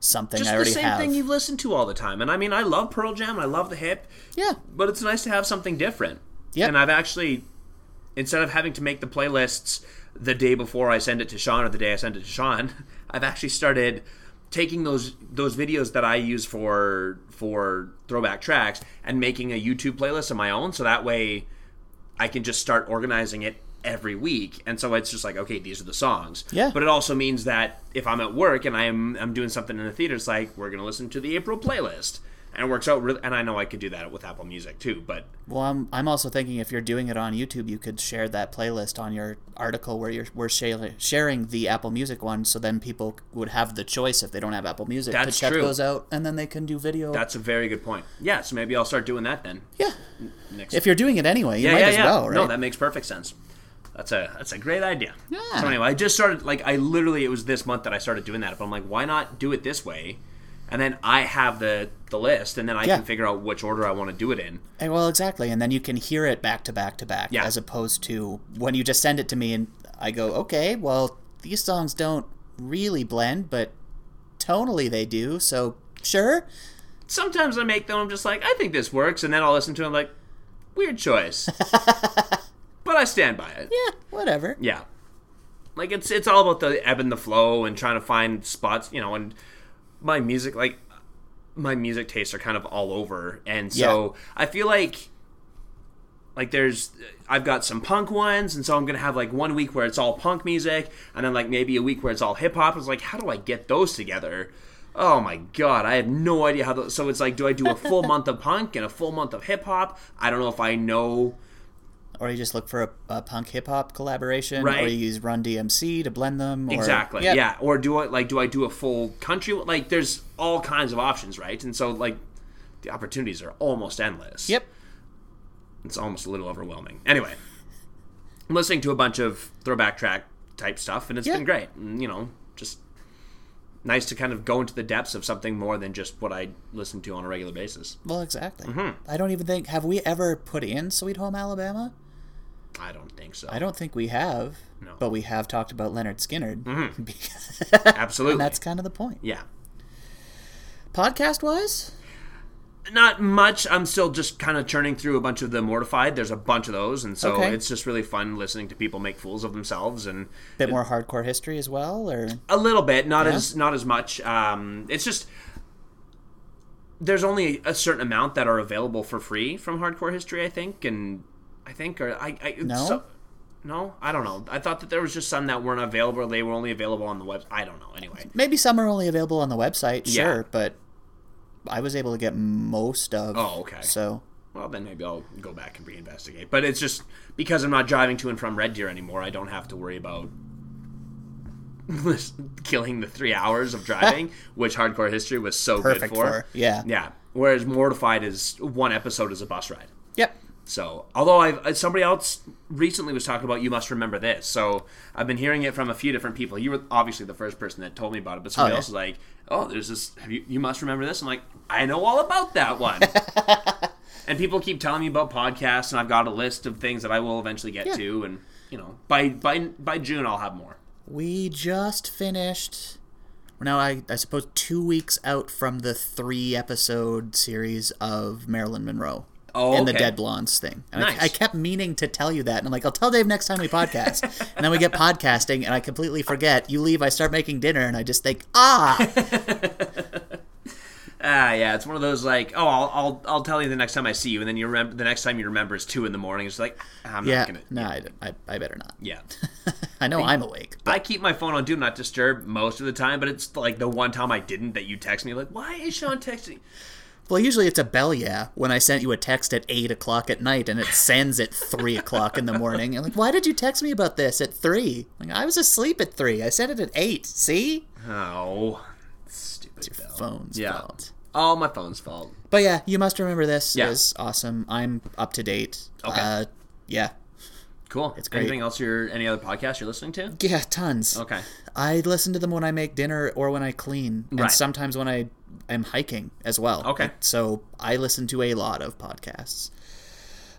A: something
B: just
A: I
B: the
A: already
B: same
A: have.
B: thing you've listened to all the time. And I mean, I love Pearl Jam, I love the hip,
A: yeah.
B: but it's nice to have something different.
A: Yep.
B: And I've actually, instead of having to make the playlists the day before I send it to Sean or the day I send it to Sean, I've actually started taking those those videos that I use for for throwback tracks and making a YouTube playlist of my own. So that way, I can just start organizing it every week. And so it's just like, okay, these are the songs.
A: Yeah.
B: But it also means that if I'm at work and I'm I'm doing something in the theater, it's like we're gonna listen to the April playlist. and it works out really. And I know I could do that with Apple Music too, but
A: Well, I'm, I'm also thinking if you're doing it on YouTube, you could share that playlist on your article where you're we're sharing, sharing the Apple Music one, so then people would have the choice if they don't have Apple Music
B: That's
A: to check
B: true.
A: those out, and then they can do video.
B: that's a very good point. Yeah, so maybe I'll start doing that then
A: yeah,
B: next.
A: if you're doing it anyway, you
B: yeah,
A: might
B: yeah,
A: as
B: yeah.
A: well, right?
B: No, that makes perfect sense. That's a that's a great idea.
A: Yeah.
B: So anyway, I just started like I literally it was this month that I started doing that. But I'm like, why not do it this way? And then I have the the list, and then I
A: Yeah.
B: can figure out which order I want to do it in.
A: Eh, well, exactly, and then you can hear it back to back to back,
B: Yeah.
A: as opposed to when you just send it to me and I go, okay, well, these songs don't really blend, but tonally they do, so sure.
B: Sometimes I make them. I'm just like, I think this works, and then I'll listen to them like, weird choice, but I stand by it.
A: Yeah, whatever.
B: Yeah. Like it's it's all about the ebb and the flow and trying to find spots, you know, and my music like my music tastes are kind of all over. And so I feel like like there's I've got some punk ones and so I'm going to have like one week where it's all punk music and then like maybe a week where it's all hip hop. It's like how do I get those together? Oh my god, I have no idea how those so it's like do I do a full month of punk and a full month of hip hop? I don't know if I know
A: Or you just look for a, a punk hip hop collaboration, or
B: Right.
A: you use Run DMC to blend them. Or,
B: Exactly.
A: Yep.
B: Yeah. Or do I like do I do a full country? Like there's all kinds of options, right? And so like the opportunities are almost endless.
A: Yep.
B: It's almost a little overwhelming. Anyway, I'm listening to a bunch of throwback track type stuff, and it's
A: Yeah.
B: been great. And, you know, just nice to kind of go into the depths of something more than just what I listen to on a regular basis.
A: Well, exactly.
B: Mm-hmm.
A: I don't even think have we ever put in Sweet Home Alabama.
B: I don't think so.
A: I don't think we have.
B: No. Mm-hmm.
A: But we have talked about Leonard Skinnard. because
B: Absolutely.
A: that's kind of the point.
B: yeah.
A: Podcast wise,
B: not much. I'm still just kind of churning through a bunch of the mortified. There's a bunch of those, and so
A: Okay.
B: it's just really fun listening to people make fools of themselves and
A: bit more hardcore history as well, or
B: a little bit, not as not as much. Um, it's just there's only a certain amount that are available for free from Hardcore History, I think, and I think or I, I
A: No?
B: no, I don't know. I thought that there was just some that weren't available. They were only available on the web. I don't know. Anyway,
A: maybe some are only available on the website.
B: Yeah.
A: Sure, but I was able to get most of.
B: Oh, okay.
A: So
B: Well, then maybe I'll go back and reinvestigate. But it's just because I'm not driving to and from Red Deer anymore, I don't have to worry about killing the three hours of driving, which Hardcore History was so good
A: perfect
B: for.
A: for yeah.
B: Yeah. Whereas Mortified is one episode is a bus ride.
A: Yep.
B: So, although I've uh, somebody else recently was talking about, you must remember this. So, I've been hearing it from a few different people. You were obviously the first person that told me about it, but somebody
A: yeah.
B: else was like, "Oh, there's this. Have you, you must remember this." I'm like, I know all about that one. and people keep telling me about podcasts, and I've got a list of things that I will eventually get
A: Yeah.
B: to, and you know, by by by June, I'll have more.
A: We just finished. We're now, I, I suppose, two weeks out from the three episode series of Marilyn Monroe.
B: Oh,
A: And the
B: okay.
A: Dead Blondes thing. And
B: Nice.
A: I, I kept meaning to tell you that. And I'm like, I'll tell Dave next time we podcast. and then we get podcasting, and I completely forget. You leave, I start making dinner, and I just think, ah!
B: Ah, yeah, it's one of those like, oh, I'll, I'll I'll tell you the next time I see you, and then you remember the next time you remember is two in the morning. It's like, I'm
A: yeah.
B: not gonna,
A: No, I, I, I better not.
B: yeah.
A: I know I'm awake.
B: I keep my phone on Do Not Disturb most of the time, but it's like the one time I didn't that you text me, like, why is Sean texting?
A: Well, usually it's a bell yeah when I sent you a text at 8 o'clock at night and it sends at 3 o'clock in the morning. And like, why did you text me about this at 3? Like, I was asleep at 3. I sent it at 8. See?
B: Oh, stupid bell.
A: Phone's
B: Yeah.
A: fault.
B: Oh, my phone's fault.
A: But yeah, you must remember this
B: Yeah.
A: is awesome. I'm up to date.
B: Okay.
A: Uh, yeah.
B: Cool.
A: great.
B: Anything else you're, any other podcast you're listening to?
A: Yeah, tons.
B: Okay.
A: I listen to them when I make dinner or when I clean, and
B: Right.
A: sometimes when I am hiking as well.
B: Okay.
A: Like, so I listen to a lot of podcasts.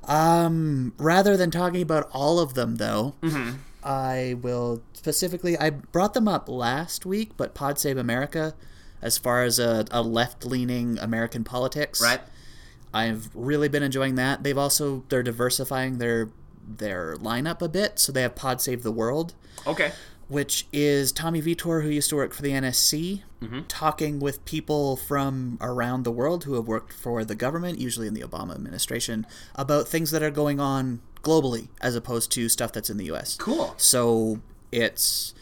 A: Um, rather than talking about all of them, though,
B: Mm-hmm.
A: I will specifically. I brought them up last week, but Pod Save America, as far as a, a left-leaning American politics,
B: Right.
A: I've really been enjoying that. They've also they're diversifying their their lineup a bit, so they have Pod Save the World
B: Okay.
A: which is Tommy Vitor, who used to work for the NSC, talking with people from around the world who have worked for the government, usually in the Obama administration, about things that are going on globally as opposed to stuff that's in the US.
B: Cool.
A: So it's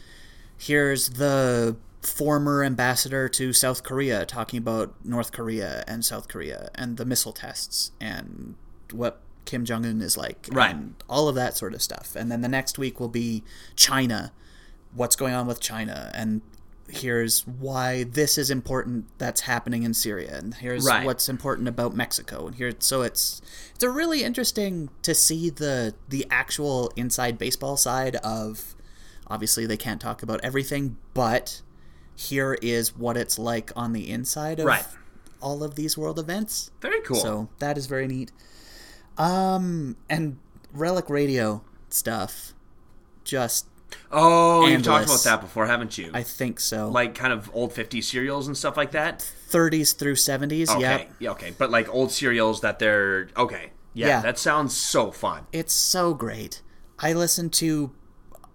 A: here's the former ambassador to South Korea talking about North Korea and South Korea and the missile tests and what Kim Jong Un is like,
B: Right.
A: And all of that sort of stuff. And then the next week will be China, what's going on with China, and here's why this is important that's happening in Syria, and here's
B: Right.
A: what's important about Mexico, and here. So it's it's a really interesting to see the the actual inside baseball side of. Obviously, they can't talk about everything, but here is what it's like on the inside of
B: Right.
A: all of these world events.
B: Very cool.
A: So that is very neat. Um, and Relic Radio stuff, just
B: oh, you've talked about
A: Endless.
B: that before, haven't you?
A: I think so.
B: like kind of old 50s serials and stuff like that.
A: 30s through 70s.
B: Okay.
A: Yeah,
B: Yeah, okay. But like old serials that they're okay. Yeah,
A: Yeah.
B: that sounds so fun.
A: it's so great. I listened to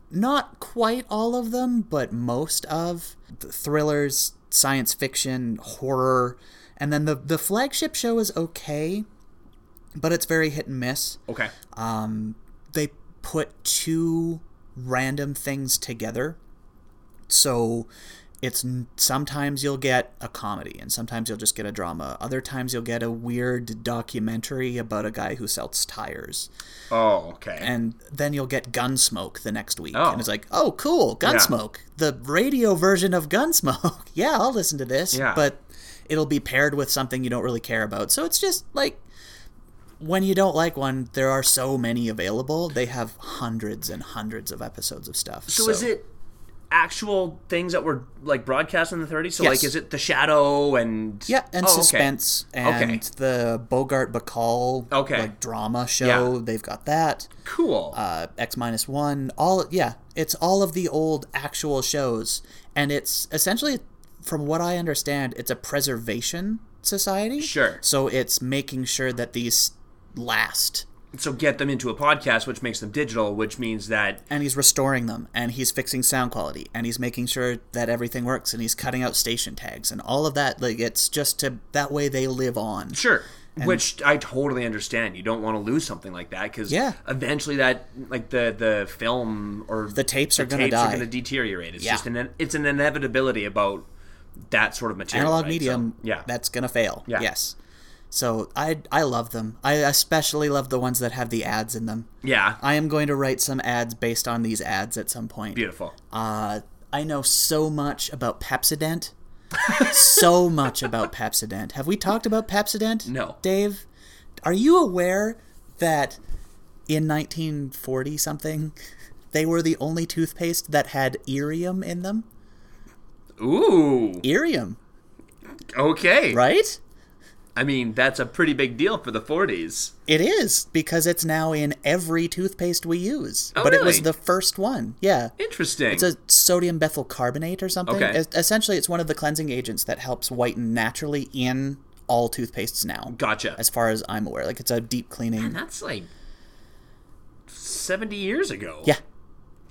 A: not quite all of them, but most of the thrillers, science fiction, horror, and then the the flagship show is okay, but it's very hit and miss.
B: Okay.
A: they put two random things together. So it's n- sometimes you'll get a comedy and sometimes you'll just get a drama. Other times you'll get a weird documentary about a guy who sells tires.
B: Oh, okay.
A: And then you'll get Gunsmoke the next week.
B: Oh.
A: And it's like, "Oh, cool, Gunsmoke. The radio version of Gunsmoke. yeah, I'll listen to this."
B: Yeah.
A: But it'll be paired with something you don't really care about. So it's just like when you don't like one, there are so many available. They have hundreds and hundreds of episodes of stuff.
B: so, is it actual things that were like broadcast in the 30s? So
A: Yes.
B: like is it The Shadow and
A: Yeah, and
B: Oh, okay.
A: suspense and
B: Okay.
A: the Bogart Bacall
B: Okay.
A: like drama show.
B: Yeah.
A: They've got that.
B: Cool.
A: Uh, X minus one. All yeah, it's all of the old actual shows, and it's essentially, from what I understand, it's a preservation society.
B: Sure.
A: So it's making sure that these last
B: so get them into a podcast which makes them digital, which means that
A: and he's restoring them and he's fixing sound quality and he's making sure that everything works and he's cutting out station tags and all of that like it's just to that way they live on
B: Sure. Which I totally understand. You don't want to lose something like that because
A: Yeah.
B: eventually that like the the film or
A: the tapes are going to
B: tapes
A: die
B: are going to deteriorate. It's
A: Yeah.
B: just an it's an inevitability about that sort of material.
A: analog
B: right? So,
A: medium
B: yeah.
A: that's going to fail
B: Yeah.
A: yes so i i love them i especially love the ones that have the ads in them
B: yeah.
A: i am going to write some ads based on these ads at some point
B: Beautiful.
A: Uh, I know so much about Pepsodent. so much about Pepsodent. Have we talked about Pepsodent?
B: No.
A: Dave, are you aware that in 1940 something, they were the only toothpaste that had irium in them?
B: Ooh.
A: Irium,
B: Okay.
A: right?
B: I mean, that's a pretty big deal for the 40s.
A: It is because it's now in every toothpaste we use.
B: Oh,
A: but it was
B: really?
A: the first one. Yeah.
B: Interesting.
A: It's a sodium methyl carbonate or something.
B: Okay.
A: Es- essentially, it's one of the cleansing agents that helps whiten naturally in all toothpastes now.
B: gotcha.
A: As far as I'm aware, like it's a deep cleaning.
B: That's like 70 years ago.
A: Yeah,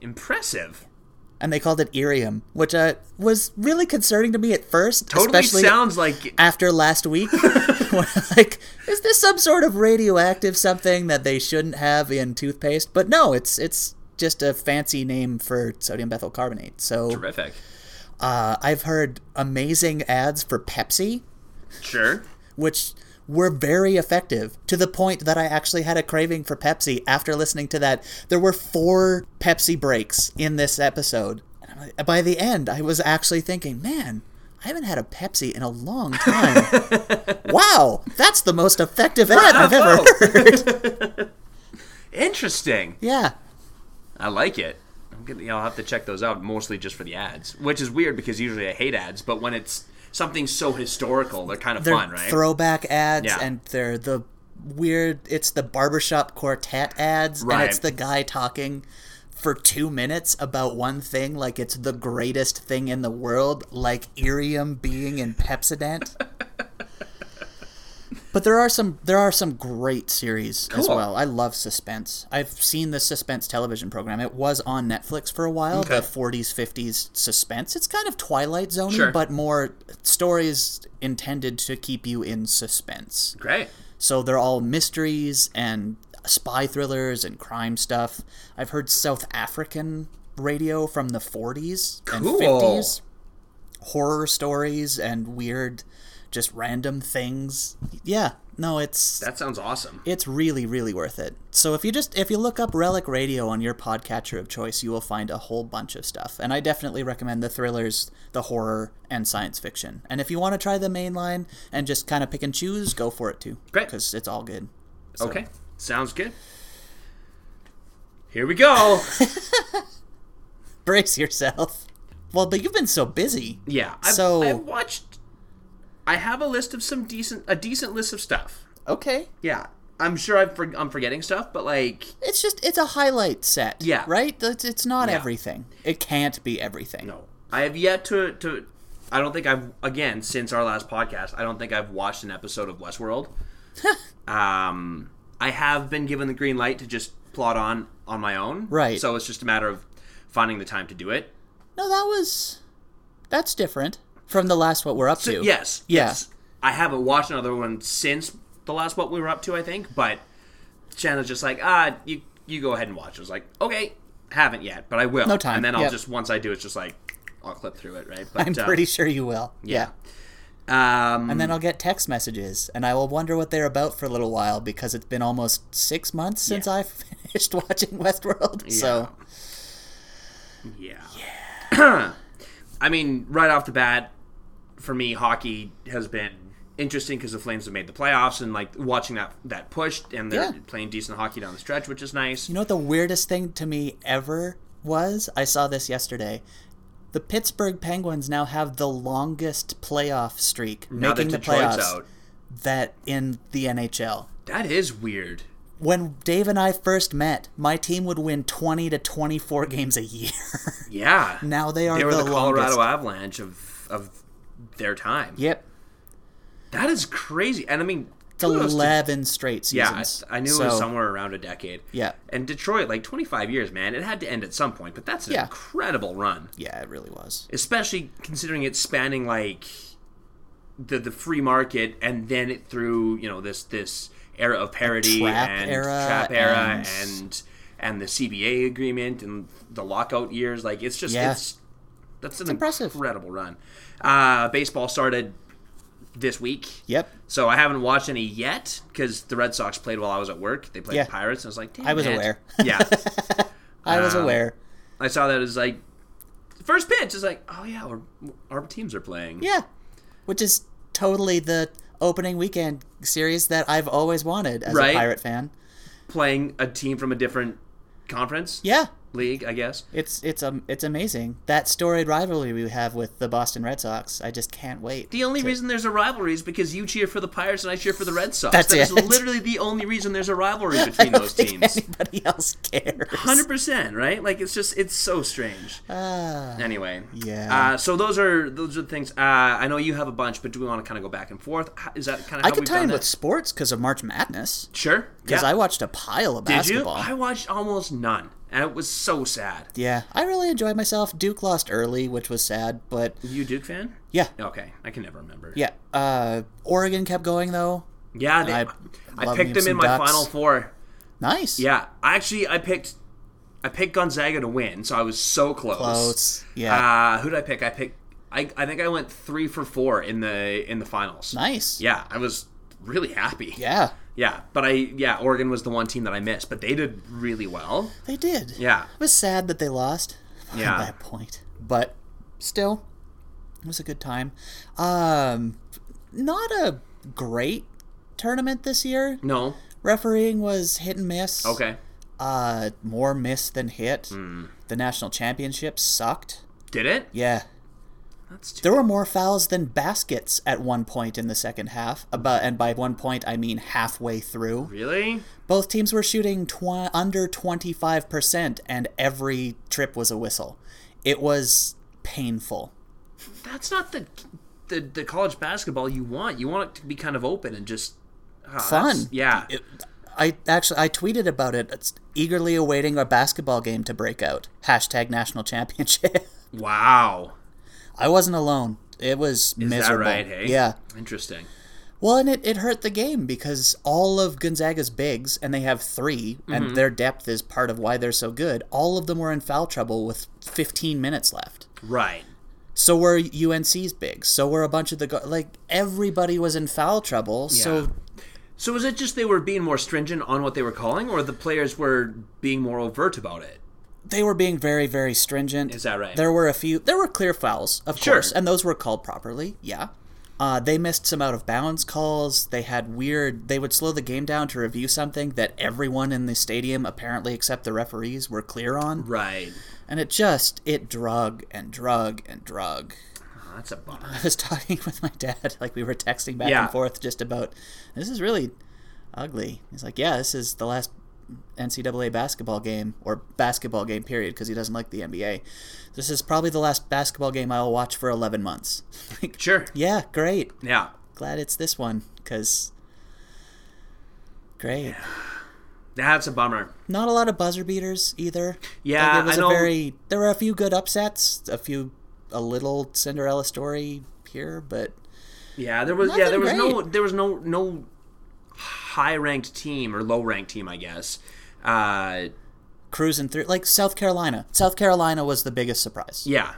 B: Impressive.
A: and they called it irium, which uh, was really concerning to me at first.
B: Totally
A: especially
B: sounds like
A: after last week. when I'm like, is this some sort of radioactive something that they shouldn't have in toothpaste? But no, it's it's just a fancy name for sodium methyl carbonate. So
B: terrific.
A: uh, I've heard amazing ads for Pepsi.
B: Sure.
A: which were very effective to the point that I actually had a craving for Pepsi after listening to that. There were four Pepsi breaks in this episode. And I'm like- By the end, I was actually thinking, man, I haven't had a Pepsi in a long time. wow, that's the most effective ad I've ever heard.
B: Oh, Interesting.
A: Yeah.
B: I like it. I'm gonna. I'll have to check those out, mostly just for the ads, which is weird because usually I hate ads, but when it's something so historical, they're kind of
A: They're
B: fun, right?
A: throwback ads
B: Yeah.
A: and they're the weird it's the barbershop quartet ads and
B: Right.
A: it's the guy talking for two minutes about one thing like it's the greatest thing in the world like irium being in pepsodent but there are some there are some great series as
B: Cool.
A: well i love suspense i've seen the suspense television program it was on netflix for a while the
B: Okay.
A: 40s 50s suspense it's kind of twilight zone
B: Sure.
A: but more stories intended to keep you in suspense.
B: Great.
A: So they're all mysteries and spy thrillers and crime stuff. I've heard South African radio from the 40s and
B: Cool.
A: 50s. horror stories and weird, just random things. Yeah, no, it's
B: That sounds awesome.
A: it's really really worth it. So if you just if you look up Relic Radio on your podcatcher of choice, you will find a whole bunch of stuff. And I definitely recommend the thrillers, the horror, and science fiction. And if you want to try the main line and just kind of pick and choose, go for it too.
B: Great.
A: because it's all good. So-
B: Okay, sounds good. Here we go.
A: brace yourself. Well, but you've been so busy.
B: Yeah. I've,
A: So-
B: I watched. I have a list of some decent, a decent list of stuff.
A: Okay.
B: Yeah, I'm sure I'm, for, I'm forgetting stuff, but like,
A: It's just it's a highlight set.
B: Yeah.
A: Right? It's, it's not everything. It can't be everything.
B: no, I have yet to to. I don't think I've again since our last podcast. I don't think I've watched an episode of Westworld. um, I have been given the green light to just plot on on my own.
A: Right.
B: So it's just a matter of finding the time to do it.
A: No, that was that's different from the last what we're up to.
B: Yes.
A: Yeah.
B: Yes. I haven't watched another one since the last what we were up to, I think, but Shanna's just like, ah, you you go ahead and watch. I was like, okay, haven't yet, but I will.
A: No time.
B: And then I'll
A: Yep.
B: just once I do, it's just like I'll clip through it, right? But,
A: I'm
B: uh,
A: pretty sure you will.
B: yeah.
A: Yeah.
B: Um,
A: And then I'll get text messages and I will wonder what they're about for a little while because it's been almost six months since
B: Yeah.
A: I finished watching Westworld. So
B: yeah. I mean, right off the bat, for me, hockey has been interesting because the Flames have made the playoffs and like watching that that push and they're
A: Yeah.
B: playing decent hockey down the stretch, which is nice.
A: You know what the weirdest thing to me ever was? I saw this yesterday. The Pittsburgh Penguins now have the longest playoff streak,
B: now that
A: making the
B: Detroit's
A: playoffs
B: out.
A: that in the NHL.
B: That is weird.
A: When Dave and I first met, my team would win 20 to 24 games a year.
B: Yeah.
A: now they are
B: they were
A: the,
B: the, Colorado
A: longest.
B: Avalanche of of their time.
A: Yep.
B: That is crazy. And I mean,
A: It's
B: kudos to-
A: 11 straight
B: yeah, I,
A: seasons.
B: I knew it was
A: So,
B: somewhere around a decade.
A: Yeah.
B: And Detroit, like 25 years, man, it had to end at some point, but that's an
A: Yeah.
B: incredible run,
A: Yeah, it really was.
B: especially considering it's spanning like the the free market and then it through, you know, this this era of parody
A: trap
B: and
A: era
B: trap era
A: and-
B: and and the CBA agreement and the lockout years, like it's just
A: Yeah.
B: it's that's an
A: impressive.
B: incredible run. Uh, baseball started this week.
A: Yep.
B: So I haven't watched any yet because the Red Sox played while I was at work. They played
A: Yeah.
B: the Pirates, and I was like, Damn
A: I was
B: it."
A: aware.
B: yeah,
A: I was
B: Um,
A: aware.
B: I saw that as like first pitch is like, oh yeah, our, our teams are playing.
A: Yeah, which is totally the opening weekend series that I've always wanted as
B: Right.
A: a pirate fan.
B: playing a team from a different conference
A: Yeah,
B: league, I guess.
A: it's it's um it's amazing that storied rivalry we have with the Boston Red Sox. I just can't wait.
B: The only reason there's a rivalry is because you cheer for the Pirates and I cheer for the Red Sox.
A: That's
B: That is
A: it.
B: literally the only reason there's a rivalry
A: I
B: between
A: don't
B: those
A: think
B: teams.
A: anybody else cares.
B: Hundred percent, right? Like it's just it's so strange.
A: Ah,
B: Anyway,
A: Yeah.
B: Uh, so those are those are the things. Uh, I know you have a bunch, but do we want to kind of go back and forth? How- Is that kind of
A: I
B: how
A: could
B: we've
A: tie
B: done
A: in
B: it?
A: with sports because of March Madness.
B: Sure.
A: Because
B: yeah.
A: I watched a pile of
B: did you?
A: basketball.
B: I watched almost none, and it was so sad.
A: Yeah, I really enjoyed myself. Duke lost early, which was sad, but
B: You a Duke fan?
A: yeah,
B: Okay, I can never remember.
A: yeah. Uh, Oregon kept going though.
B: yeah. They,
A: I
B: I,
A: love me
B: picked them in
A: some
B: my
A: Ducks.
B: final four.
A: Nice.
B: Yeah, actually, I picked I picked Gonzaga to win, so I was so close.
A: Close. Yeah.
B: Uh, who did I pick? I picked. I, I think I went three for four in the in the finals.
A: nice.
B: Yeah, I was really happy.
A: Yeah,
B: Yeah, but I yeah, Oregon was the one team that I missed, but they did really well.
A: they did.
B: Yeah.
A: It was sad that they lost
B: Yeah.
A: at that point, but still, it was a good time. Um, not a great tournament this year.
B: No.
A: Refereeing was hit and miss.
B: Okay. Hmm.
A: Uh, more miss than hit. The national championship sucked.
B: Did it?
A: Yeah.
B: That's too
A: There were more fouls than baskets at one point in the second half. About, and by one point, I mean halfway through.
B: Really?
A: Both teams were shooting tw- under 25%, and every trip was a whistle. It was painful.
B: That's not the the, the college basketball you want. You want it to be kind of open and just ah,
A: Fun.
B: that's- Yeah.
A: It- I actually I tweeted about it. It's eagerly awaiting a basketball game to break out. Hashtag national championship.
B: wow.
A: I wasn't alone. It was
B: Is
A: miserable.
B: that right, hey?
A: Yeah.
B: Interesting.
A: Well, and it, it hurt the game because all of Gonzaga's bigs, and they have 3
B: Mm-hmm.
A: and their depth is part of why they're so good. All of them were in foul trouble with 15 minutes left.
B: Right.
A: So were UNC's big. So were a bunch of the go- like everybody was in foul trouble.
B: Yeah.
A: So
B: So was it just they were being more stringent on what they were calling, or the players were being more overt about it?
A: they were being very very stringent.
B: Is that right?
A: There were a few. There were clear fouls, of
B: Sure.
A: course, and those were called properly. Yeah. Uh, they missed some out of bounds calls. They had weird. They would slow the game down to review something that everyone in the stadium, apparently except the referees, were clear on.
B: Right.
A: And it just it drug and drug and drug.
B: Oh, that's a bummer.
A: I was talking with my dad, like we were texting back
B: Yeah.
A: and forth just about this is really ugly. He's like, yeah, this is the last NCAA basketball game or basketball game period because he doesn't like the NBA. This is probably the last basketball game I'll watch for 11 months. like,
B: Sure.
A: yeah, great.
B: Yeah.
A: Glad it's this one because great.
B: That's a bummer.
A: Not a lot of buzzer beaters either.
B: Yeah,
A: Like, it was
B: I
A: a
B: know-
A: very. There were a few good upsets, a few, a little Cinderella story here, but.
B: Yeah, there was yeah,
A: Nothing
B: there was no
A: great.
B: there was no no high ranked team or low ranked team, I guess. Uh,
A: cruising through like South Carolina. South Carolina was the biggest surprise.
B: yeah,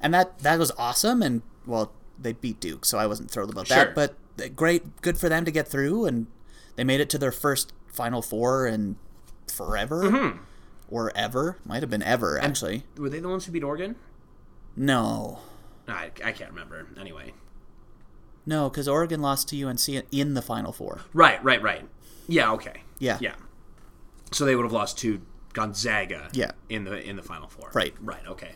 A: And that that was awesome and well, they beat Duke, so I wasn't thrilled about
B: Sure.
A: that, but th- great good for them to get through and they made it to their first final four in forever. Or ever, might have been ever actually.
B: were they the ones who beat Oregon?
A: No.
B: I, I can't remember. Anyway,
A: No, cuz Oregon lost to UNC in the final four.
B: right, right, right. Yeah, okay.
A: Yeah.
B: yeah. So they would have lost to Gonzaga.
A: Yeah.
B: in the in the final four.
A: Right.
B: right, okay.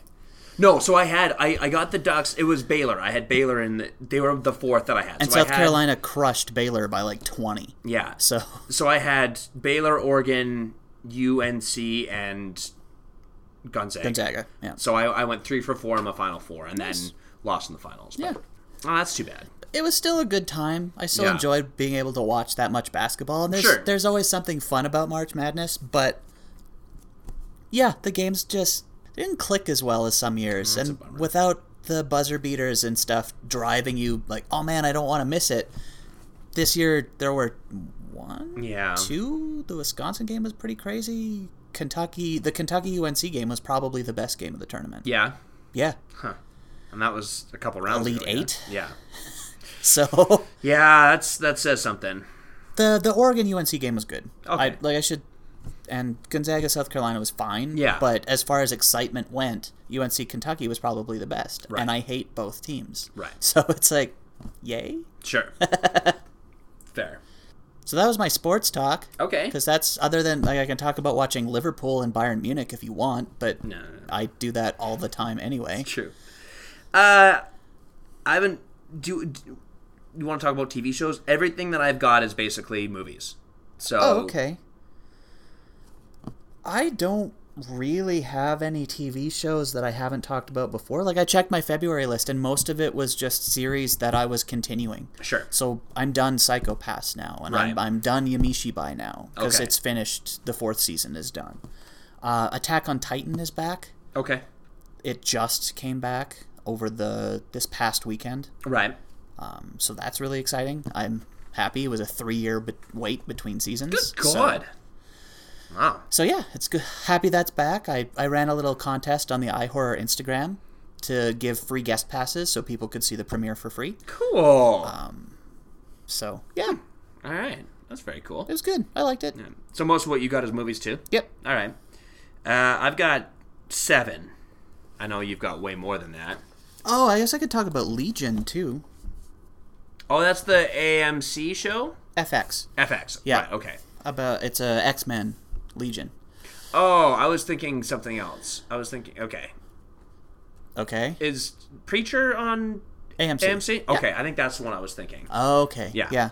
B: No, so I had I, I got the Ducks. It was Baylor. I had Baylor, and they were the fourth that I had.
A: And
B: So I
A: South
B: had-
A: Carolina crushed Baylor by like 20.
B: Yeah.
A: So,
B: So I had Baylor, Oregon, UNC, and Gonzaga.
A: Gonzaga. Yeah.
B: So I, I went three for four in my final four, and then lost in the finals. But,
A: Yeah.
B: Oh, that's too bad.
A: it was still a good time. I still
B: Yeah.
A: enjoyed being able to watch that much basketball, and there's
B: Sure.
A: there's always something fun about March Madness. But yeah, the games just didn't click as well as some years, and without the buzzer beaters and stuff driving you like, oh man, I don't want to miss it. This year there were one,
B: Yeah.
A: two. The Wisconsin game was pretty crazy. Kentucky, the Kentucky UNC game was probably the best game of the tournament.
B: Yeah.
A: Yeah,
B: And that was a couple rounds.
A: Elite
B: ago, yeah.
A: eight?
B: Yeah.
A: so
B: Yeah, that's that says something.
A: The the Oregon UNC game was good. I,
B: Okay.
A: like I should, and Gonzaga South Carolina was fine.
B: Yeah.
A: But as far as excitement went, UNC Kentucky was probably the best.
B: Right.
A: And I hate both teams.
B: Right.
A: So it's like, yay.
B: Sure. Fair.
A: So that was my sports talk.
B: Okay.
A: Because that's other than like I can talk about watching Liverpool and Bayern Munich if you want, but
B: No, no, no.
A: I do that all the time anyway.
B: True. Uh, I haven't. Do, do you want to talk about TV shows? Everything that I've got is basically movies. So
A: Oh, okay. I don't really have any TV shows that I haven't talked about before. Like I checked my February list and most of it was just series that I was continuing.
B: Sure.
A: So I'm done Psychopaths now and I'm,
B: Right.
A: I'm done Yamishi by now because
B: Okay.
A: it's finished. The fourth season is done. Uh, Attack on Titan is back.
B: Okay.
A: It just came back over the this past weekend.
B: Right.
A: Um, so that's really exciting. I'm happy. It was a three year be- wait between seasons. so-
B: God. wow.
A: so yeah, it's good. Happy that's back. I, I ran a little contest on the iHorror Instagram to give free guest passes so people could see the premiere for free.
B: Cool.
A: Um, So yeah,
B: All right. That's very cool.
A: it was good. I liked it.
B: So most of what you got is movies too.
A: Yep.
B: All right. Uh, I've got seven. I know you've got way more than that.
A: Oh, I guess I could talk about Legion too.
B: Oh, that's the AMC show.
A: FX
B: FX.
A: Yeah.
B: Right, okay.
A: about it's a X Men Legion.
B: Oh, I was thinking something else. I was thinking. Okay.
A: Okay,
B: Is Preacher on
A: AMC.
B: AMC? Okay. I think that's the one I was thinking.
A: Okay.
B: Yeah.
A: Yeah.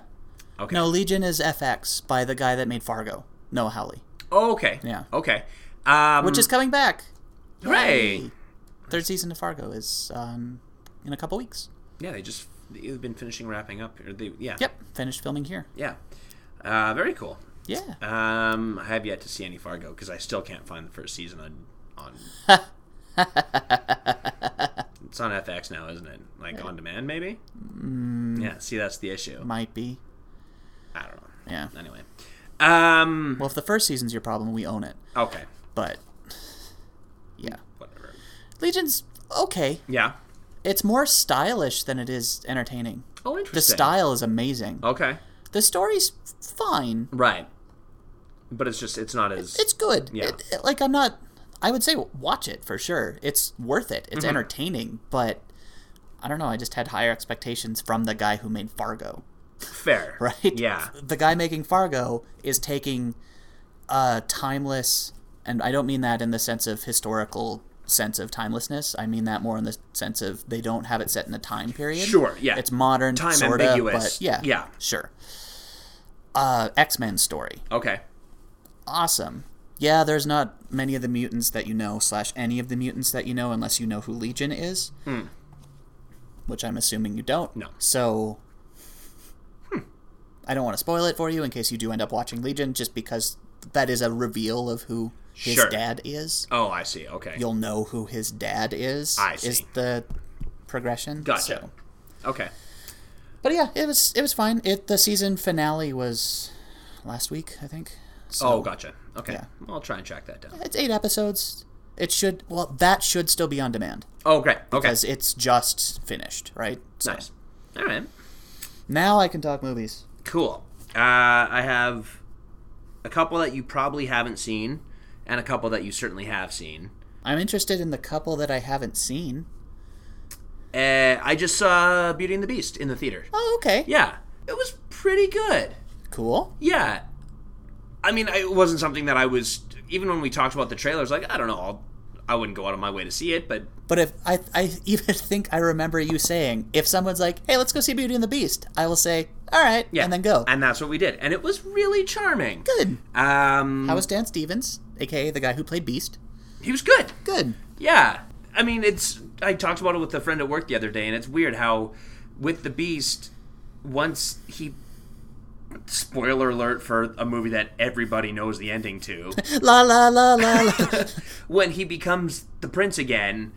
B: Okay.
A: No, Legion is FX by the guy that made Fargo, Noah Howley,
B: Oh, okay.
A: Yeah.
B: Okay. Um,
A: which is coming back.
B: hooray.
A: Yay. Third season of Fargo is um, in a couple weeks.
B: Yeah, they just they've been finishing wrapping up. Or they, yeah.
A: Yep, finished filming here.
B: Yeah. Uh, very cool.
A: Yeah.
B: Um, I have yet to see any Fargo because I still can't find the first season on. on it's on FX now, isn't it? Like on demand, maybe. Yeah. See, that's the issue.
A: Might be.
B: I don't know.
A: Yeah.
B: Anyway. Um.
A: Well, if the first season's your problem, we own it.
B: Okay.
A: But yeah,
B: Whatever.
A: Legion's okay.
B: Yeah.
A: it's more stylish than it is entertaining.
B: Oh,
A: The
B: interesting.
A: style is amazing.
B: Okay.
A: The story's fine.
B: Right. But it's just it's not as
A: It's good.
B: Yeah.
A: It- it- like I'm not. I would say watch it for sure. It's worth it. It's entertaining, but I don't know. I just had higher expectations from the guy who made Fargo.
B: fair.
A: right?
B: Yeah.
A: The guy making Fargo is taking a timeless, and I don't mean that in the sense of historical sense of timelessness. I mean that more in the sense of they don't have it set in a time period.
B: Sure, yeah.
A: It's modern,
B: Time
A: sorta,
B: ambiguous.
A: but yeah,
B: Yeah.
A: sure. Uh, X Men story,
B: Okay.
A: awesome. Yeah, there's not many of the mutants that you know, slash any of the mutants that you know, unless you know who Legion is, which I'm assuming you don't.
B: Hmm. No.
A: So, hmm. I don't want to spoil it for you in case you do end up watching Legion, just because that is a reveal of who his
B: Sure.
A: dad is.
B: Oh, I see. Okay.
A: You'll know who his dad is.
B: I
A: Is
B: see.
A: the progression.
B: Gotcha.
A: So-
B: Okay.
A: But yeah, it was it was fine. It the season finale was last week, I think. So,
B: Oh, gotcha. Okay.
A: Yeah.
B: I'll try and track that down.
A: It's eight episodes. It should well that should still be on demand
B: Oh, great. Okay.
A: because it's just finished, right? So
B: Nice. All right.
A: Now I can talk movies.
B: Cool. Uh, I have a couple that you probably haven't seen, and a couple that you certainly have seen.
A: I'm interested in the couple that I haven't seen.
B: Uh, I just saw Beauty and the Beast in the theater.
A: Oh, okay.
B: Yeah, it was pretty good.
A: Cool.
B: Yeah, I mean, it wasn't something that I was. Even when we talked about the trailers, like I don't know, I'll, I wouldn't go out of my way to see it, but
A: But if I I even think I remember you saying if someone's like, "Hey, let's go see Beauty and the Beast," I will say, "All right,"
B: yeah,
A: and then go.
B: and that's what we did, and it was really charming.
A: Good.
B: Um,
A: How was Dan Stevens, aka the guy who played Beast?
B: he was good.
A: Good.
B: Yeah. I mean, it's. I talked about it with a friend at work the other day, and it's weird how, with the Beast, once he. Spoiler alert for a movie that everybody knows the ending to.
A: La la la la la.
B: when he becomes the prince again,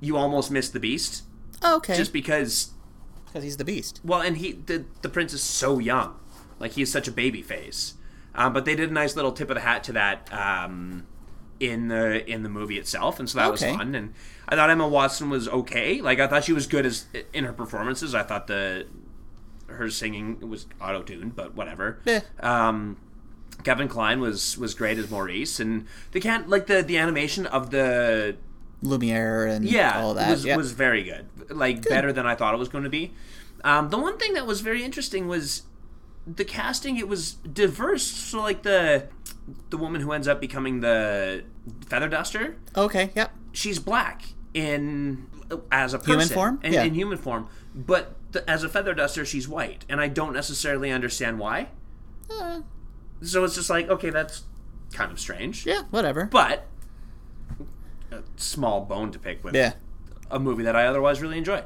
B: you almost miss the Beast.
A: okay.
B: Just because.
A: because he's the Beast.
B: Well, and he. The, the prince is so young. Like, he's such a baby face. Um, but they did a nice little tip of the hat to that. Um, in the in the movie itself, and so that
A: Okay.
B: was fun. And I thought Emma Watson was okay. Like I thought she was good as in her performances. I thought the her singing was auto tuned, but whatever.
A: Eh.
B: Um, Kevin Klein was was great as Maurice, and they can't like the the animation of the
A: Lumiere and
B: yeah
A: all that.
B: was
A: yeah.
B: was very good. Like better than I thought it was going to be. Um, the one thing that was very interesting was the casting it was diverse so like the the woman who ends up becoming the feather duster
A: okay. Yep.
B: she's black in as a person,
A: Human form?
B: in,
A: Yeah.
B: in human form, but th- as a feather duster, she's white, and I don't necessarily understand why.
A: Uh,
B: So it's just like, okay, that's kind of strange.
A: yeah. Whatever.
B: But a small bone to pick with
A: yeah.
B: a movie that I otherwise really enjoyed.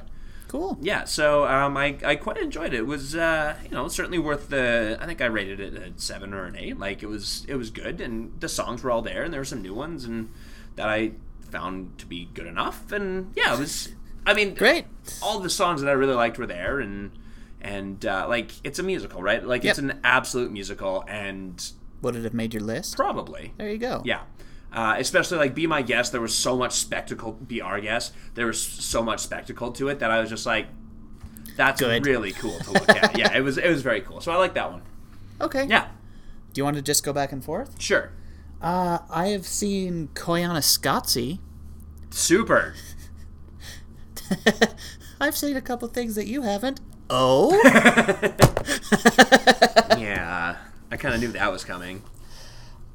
A: Cool.
B: Yeah, so um, I I quite enjoyed it. It was uh, you know certainly worth the. I think I rated it a seven or an eight. Like it was it was good, and the songs were all there, and there were some new ones, and that I found to be good enough. And yeah, it was. I mean,
A: Great.
B: all the songs that I really liked were there, and and uh, like it's a musical, right? Like it's
A: Yep.
B: an absolute musical, and
A: Would it have made your list?
B: probably
A: There you go.
B: yeah. Uh, especially like be my guest there was so much spectacle be our guest there was so much spectacle to it that i was just like that's
A: Good.
B: really cool to look at yeah it was it was very cool so i like that one
A: Okay.
B: yeah
A: Do you want to just go back and forth?
B: sure
A: Uh, I have seen Koyana Scotzi.
B: super
A: I've seen a couple things that you haven't. Oh?
B: yeah i kind of knew that was coming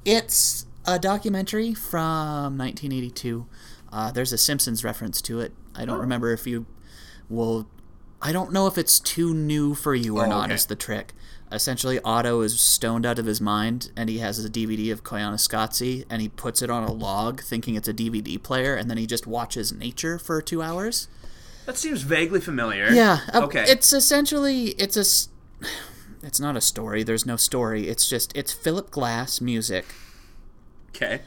A: it's a documentary from 1982. Uh, there's a Simpsons reference to it. I
B: Oh.
A: don't remember if you will. I don't know if it's too new for you or not,
B: Oh, okay.
A: is the trick. Essentially, Otto is stoned out of his mind, and he has a DVD of Koyana Scotzi, and he puts it on a log thinking it's a DVD player, and then he just watches nature for two hours.
B: that seems vaguely familiar
A: Yeah. uh,
B: okay
A: It's essentially it's a s- it's not a story. There's no story. It's just it's Philip Glass music
B: okay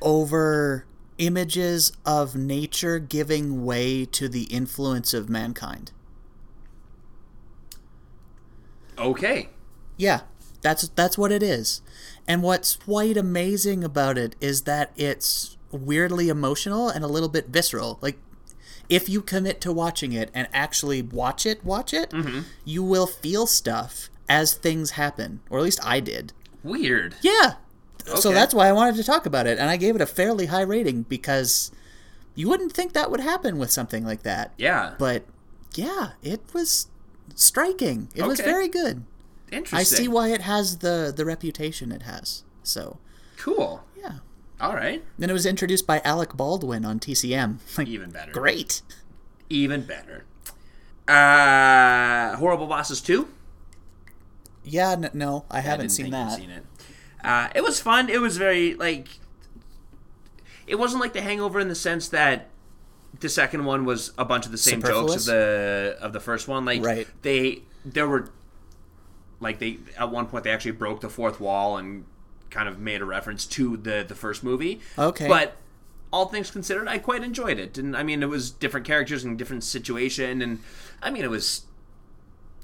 A: over images of nature giving way to the influence of mankind.
B: okay
A: Yeah. That's that's what it is. And what's quite amazing about it is that it's weirdly emotional and a little bit visceral. Like if you commit to watching it and actually watch it, watch it, you will feel stuff as things happen, or at least I did.
B: Weird.
A: Yeah. So
B: Okay.
A: that's why I wanted to talk about it, and I gave it a fairly high rating because you wouldn't think that would happen with something like that.
B: Yeah.
A: But yeah, it was striking. It was
B: Okay.
A: very good.
B: Interesting.
A: I see why it has the the reputation it has. So
B: Cool.
A: yeah.
B: All right.
A: Then it was introduced by Alec Baldwin on TCM. Like,
B: Even better.
A: great.
B: Even better. Uh, Horrible Bosses 2.
A: Yeah, n- no, I haven't
B: didn't
A: seen
B: think you've
A: that.
B: Seen it. Uh, it was fun. It was very like. It wasn't like The Hangover in the sense that the second one was a bunch of the same jokes
A: Superfluous?
B: of the of the first one. Like
A: Right.
B: they there were like they at one point they actually broke the fourth wall and kind of made a reference to the the first movie.
A: Okay.
B: But all things considered, I quite enjoyed it. And I mean, it was different characters and different situation, and I mean, it was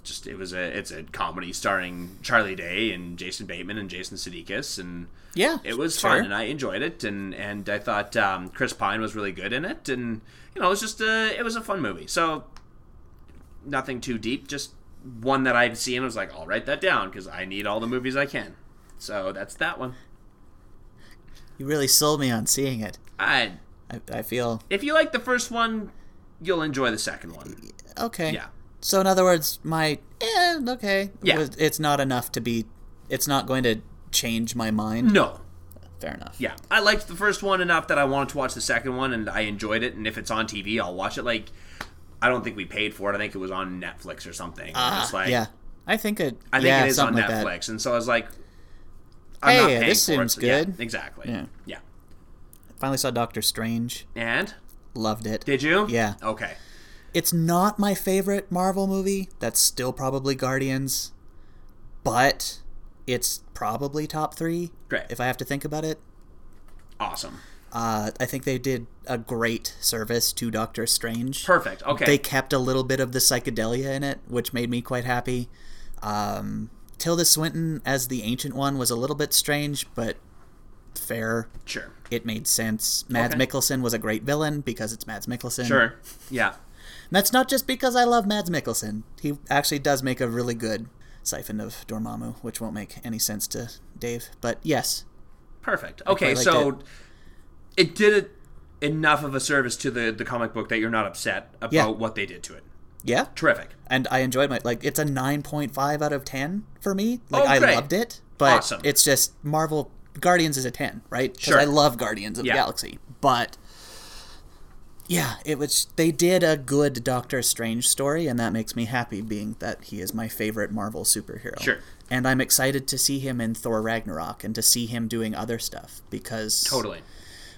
B: just it was a it's a comedy starring Charlie Day and Jason Bateman and Jason Sudeikis, and
A: Yeah,
B: it was
A: sure.
B: fun, and I enjoyed it, and and I thought um, Chris Pine was really good in it, and you know, it was just a it was a fun movie. So nothing too deep, just one that I've seen. I was like, I'll write that down because I need all the movies I can. So that's that one.
A: You really sold me on seeing it.
B: I
A: I, I feel
B: if you like the first one, you'll enjoy the second one.
A: okay.
B: Yeah.
A: So in other words, my eh, okay.
B: Yeah.
A: was- it's not enough to be. It's not going to change my mind.
B: No.
A: Fair enough.
B: Mm. Yeah. I liked the first one enough that I wanted to watch the second one and I enjoyed it and if it's on TV, I'll watch it like I don't think we paid for it. I think it was on Netflix or something.
A: Ah,
B: it's like
A: yeah. I think it.
B: I think
A: yeah,
B: it is on
A: something like that.
B: Netflix. And so I was like I'm
A: Hey,
B: not paying
A: this
B: for
A: seems
B: it. So, yeah,
A: good.
B: exactly.
A: Yeah.
B: yeah.
A: Finally saw Doctor Strange.
B: And
A: Loved it.
B: did you?
A: Yeah.
B: Okay.
A: It's not my favorite Marvel movie. That's still probably Guardians, but it's probably top three.
B: Great.
A: If I have to think about it,
B: Awesome.
A: uh, I think they did a great service to Doctor Strange.
B: Perfect. Okay.
A: They kept a little bit of the psychedelia in it, which made me quite happy. Um, Tilda Swinton as the Ancient One was a little bit strange, but fair.
B: sure.
A: It made sense. Mads
B: Okay.
A: Mikkelsen was a great villain because it's Mads Mikkelsen.
B: Sure. Yeah.
A: And that's not just because I love Mads Mikkelsen. He actually does make a really good siphon of Dormammu, which won't make any sense to Dave. But yes,
B: Perfect. Okay,
A: liked
B: so it. did it enough of a service to the the comic book that you're not upset about
A: Yeah.
B: what they did to it.
A: yeah.
B: Terrific.
A: and I enjoyed my like it's a 9.5 out of 10 for me. Like
B: Oh,
A: I
B: great.
A: loved it, but
B: Awesome.
A: it's just Marvel Guardians is a 10, right? 'Cause
B: Sure.
A: I love Guardians of
B: Yeah.
A: the Galaxy, but yeah, it was they did a good Doctor Strange story and that makes me happy being that he is my favorite Marvel superhero.
B: Sure.
A: And I'm excited to see him in Thor Ragnarok and to see him doing other stuff because
B: Totally.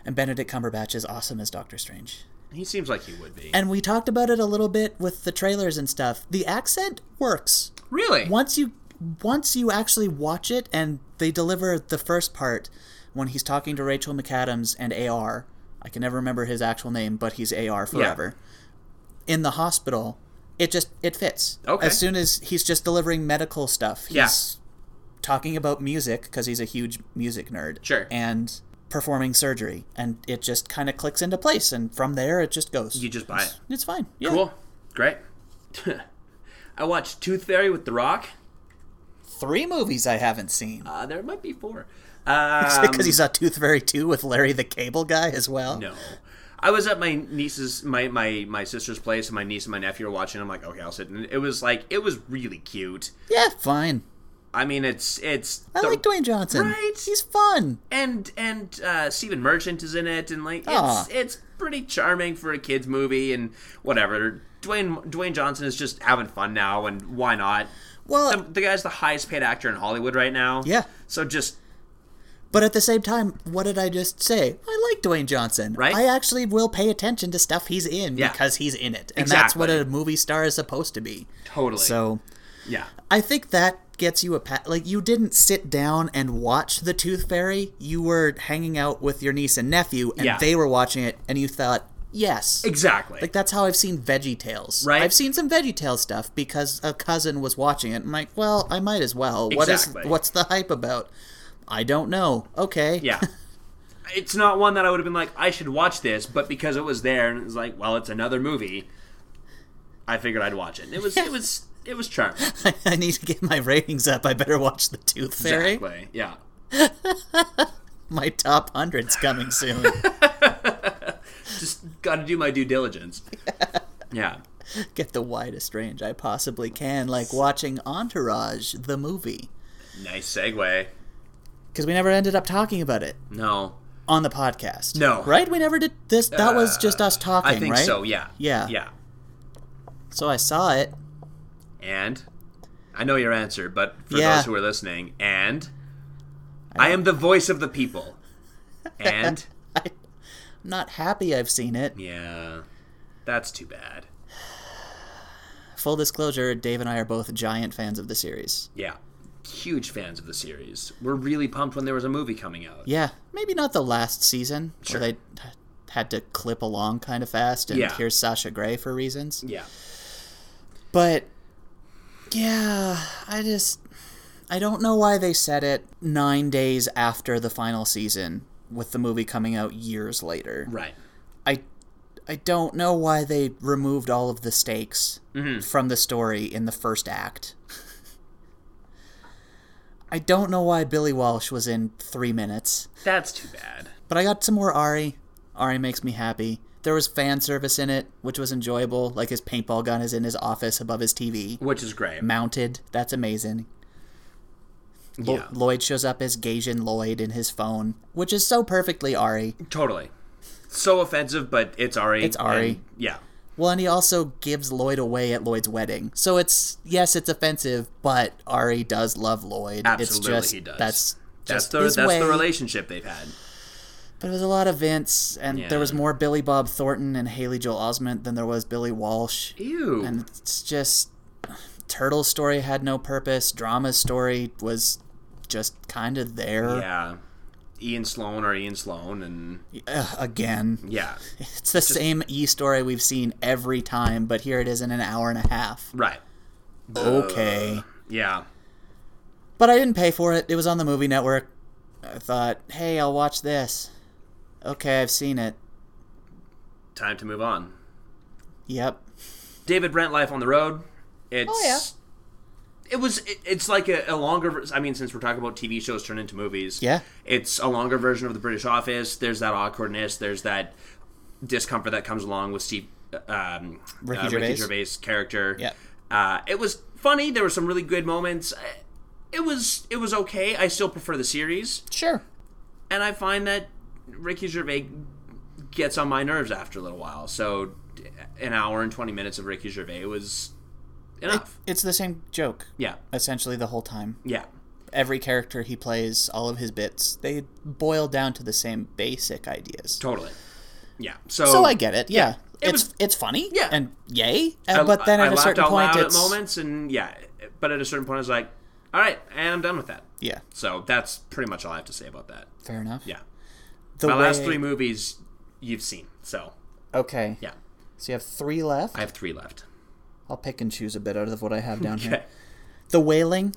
A: and Benedict Cumberbatch is awesome as Doctor Strange.
B: He seems like he would be.
A: And we talked about it a little bit with the trailers and stuff. The accent works
B: really?
A: once you once you actually watch it and they deliver the first part when he's talking to Rachel McAdams and AR. I can never remember his actual name, but he's AR forever. In the hospital, it just it fits.
B: Okay.
A: As soon as he's just delivering medical stuff, he's
B: Yeah.
A: talking about music because he's a huge music nerd.
B: Sure.
A: And performing surgery, and it just kind of clicks into place, and from there it just goes.
B: You just buy it.
A: it's fine. Yeah.
B: Cool. Great. I watched Tooth Fairy with The Rock.
A: Three movies I haven't seen.
B: Uh, there might be four. Um,
A: because he saw Tooth Fairy 2 with Larry the Cable Guy as well.
B: no. I was at my niece's, my, my, my sister's place, and my niece and my nephew were watching. I'm like, okay, I'll sit. And it was like, it was really cute.
A: Yeah, fine.
B: I mean, it's it's.
A: I
B: the-
A: like Dwayne Johnson.
B: Right?
A: He's fun.
B: and and uh, Stephen Merchant is in it, and like it's
A: Aw.
B: it's pretty charming for a kids movie and whatever. Dwayne Dwayne Johnson is just having fun now, and why not?
A: Well,
B: The, the guy's the highest paid actor in Hollywood right now.
A: Yeah.
B: So just
A: but at the same time, what did I just say? I like Dwayne Johnson.
B: Right?
A: I actually will pay attention to stuff he's in
B: Yeah.
A: because he's in it. And that's what a
B: Exactly.
A: movie star is supposed to be.
B: totally.
A: So
B: yeah,
A: I think that gets you a pat. Like, you didn't sit down and watch The Tooth Fairy. You were hanging out with your niece and nephew, and
B: Yeah.
A: they were watching it, and you thought, yes.
B: exactly.
A: Like that's how I've seen Veggie Tales.
B: Right.
A: I've seen some Veggie VeggieTales stuff because a cousin was watching it. I'm like, well, I might as well. What is
B: Exactly.
A: what's the hype about? I don't know. Okay.
B: yeah. it's not one that I would have been like, I should watch this, but because it was there and it was like, well, it's another movie, I figured I'd watch it. And it was it was it was charming.
A: I need to get my ratings up. I better watch The Tooth Fairy.
B: Exactly. Yeah.
A: My top hundred's coming soon.
B: Just gotta do my due diligence. Yeah.
A: get the widest range I possibly can, like watching Entourage, the movie.
B: Nice segue.
A: Because we never ended up talking about it
B: No.
A: on the podcast.
B: No. Uh,
A: Right? We never did this. That was just us talking,
B: I think
A: right?
B: so, yeah.
A: Yeah.
B: Yeah.
A: So I saw it.
B: And I know your answer, but for
A: Yeah.
B: those who are listening, and I, am the voice of the people. And
A: I'm not happy I've seen it.
B: yeah. That's too bad.
A: Full disclosure, Dave and I are both giant fans of the series.
B: Yeah. Huge fans of the series. We're really pumped when there was a movie coming out.
A: Yeah, maybe not the last season
B: Sure.
A: where they had to clip along kind of fast and
B: Yeah.
A: here's Sasha Grey for reasons.
B: Yeah.
A: But yeah, I just I don't know why they said it 9 days after the final season with the movie coming out years later.
B: Right.
A: I I don't know why they removed all of the stakes from the story in the first act. I don't know why Billy Walsh was in 3 minutes.
B: That's too bad.
A: But I got some more Ari. Ari makes me happy. There was fan service in it, which was enjoyable. Like his paintball gun is in his office above his TV,
B: Which is great.
A: mounted. That's amazing. Lo-
B: Yeah.
A: Lloyd shows up as Gaijin Lloyd in his phone, which is so perfectly Ari.
B: Totally. So offensive, but it's Ari.
A: It's Ari.
B: and- yeah.
A: Well, and he also gives Lloyd away at Lloyd's wedding. So it's yes, it's offensive, but Ari does love Lloyd. it's
B: Absolutely,
A: just
B: he does.
A: that's
B: That's
A: just
B: the
A: his
B: that's
A: way.
B: the relationship they've had.
A: But it was a lot of Vince, and
B: Yeah.
A: there was more Billy Bob Thornton and Haley Joel Osment than there was Billy Walsh.
B: Ew.
A: and it's just turtle's story had no purpose drama's story was just kind of there
B: yeah. Ian Sloan or Ian Sloan and
A: Ugh, again
B: yeah.
A: it's the same e story we've seen every time but here it is in an hour and a half
B: Right.
A: okay
B: Yeah.
A: but i didn't pay for it it was on the movie network i thought hey i'll watch this okay i've seen it
B: Time to move on.
A: yep
B: David Brent Life on the Road. It's
A: yeah.
B: It was. It, it's like a, a longer. vers- I mean, since we're talking about TV shows turned into movies,
A: Yeah.
B: it's a longer version of the British Office. There's that awkwardness. There's that discomfort that comes along with Steve, um,
A: Ricky
B: uh,
A: Gervais.
B: Ricky Gervais' character.
A: Yeah.
B: uh, it was funny. There were some really good moments. Uh, It was. It was okay. I still prefer the series,
A: sure
B: and I find that Ricky Gervais gets on my nerves after a little while. So, d- an hour and twenty minutes of Ricky Gervais was enough.
A: it's the same joke
B: yeah,
A: essentially the whole time
B: yeah,
A: every character he plays, all of his bits, they boil down to the same basic ideas.
B: totally. Yeah. So,
A: So I get it. Yeah,
B: Oh. it
A: it's
B: was-
A: it's funny.
B: Yeah.
A: and yay. And,
B: I-
A: but then
B: I
A: at a
B: laughed
A: certain
B: out
A: point,
B: loud
A: it's
B: at moments, and yeah, but at a certain point, I was like, all right, and I'm done with that.
A: yeah,
B: So that's pretty much all I have to say about that.
A: fair enough.
B: Yeah.
A: the
B: My last
A: way-
B: three movies you've seen, so
A: Okay,
B: yeah,
A: so you have three left.
B: I have three left.
A: I'll pick and choose a bit out of what I have down
B: Okay.
A: here. The Wailing.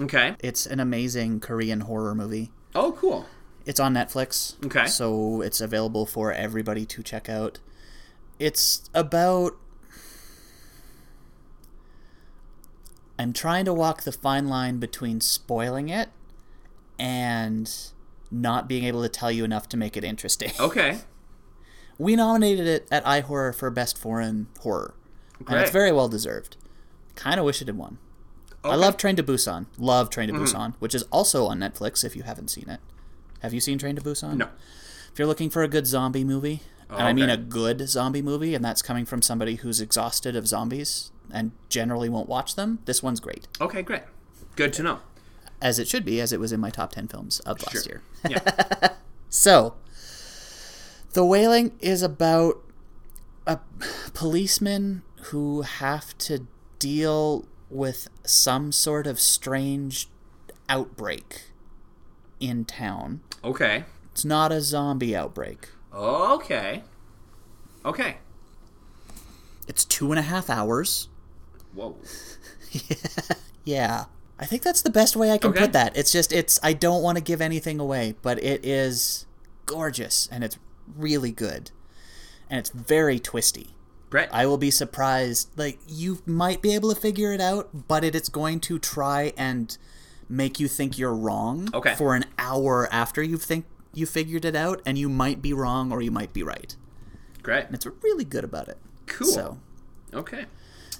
B: Okay.
A: It's an amazing Korean horror movie.
B: Oh, cool.
A: It's on Netflix.
B: Okay.
A: So it's available for everybody to check out. It's about. I'm trying to walk the fine line between spoiling it and not being able to tell you enough to make it interesting.
B: Okay.
A: We nominated it at iHorror for Best Foreign Horror. And
B: Great.
A: it's very well deserved. Kind of wish it had won. I
B: Okay. Mm-hmm.
A: love Train to Busan. Love Train to Busan, which is also on Netflix if you haven't seen it. Have you seen Train to Busan?
B: No.
A: If you're looking for a good zombie movie, and I mean
B: okay.
A: a good zombie movie, and that's coming from somebody who's exhausted of zombies and generally won't watch them, this one's great.
B: Okay, great. Good to know.
A: As it should be, as it was in my top 10 films of last year.
B: Yeah.
A: So, The Wailing is about a policeman who have to deal with some sort of strange outbreak in town.
B: Okay.
A: It's not a zombie outbreak.
B: Okay. Okay.
A: It's two and a half hours.
B: Whoa.
A: Yeah. I think that's the best way I can
B: Okay.
A: put that. It's just it's I don't want to give anything away, but it is gorgeous and it's really good. And it's very twisty.
B: Brett.
A: I will be surprised. Like you might be able to figure it out, but it, it's going to try and make you think you're wrong
B: Okay.
A: for an hour after you think you figured it out, and you might be wrong or you might be right.
B: great.
A: And it's really good about it.
B: Cool.
A: So,
B: Okay.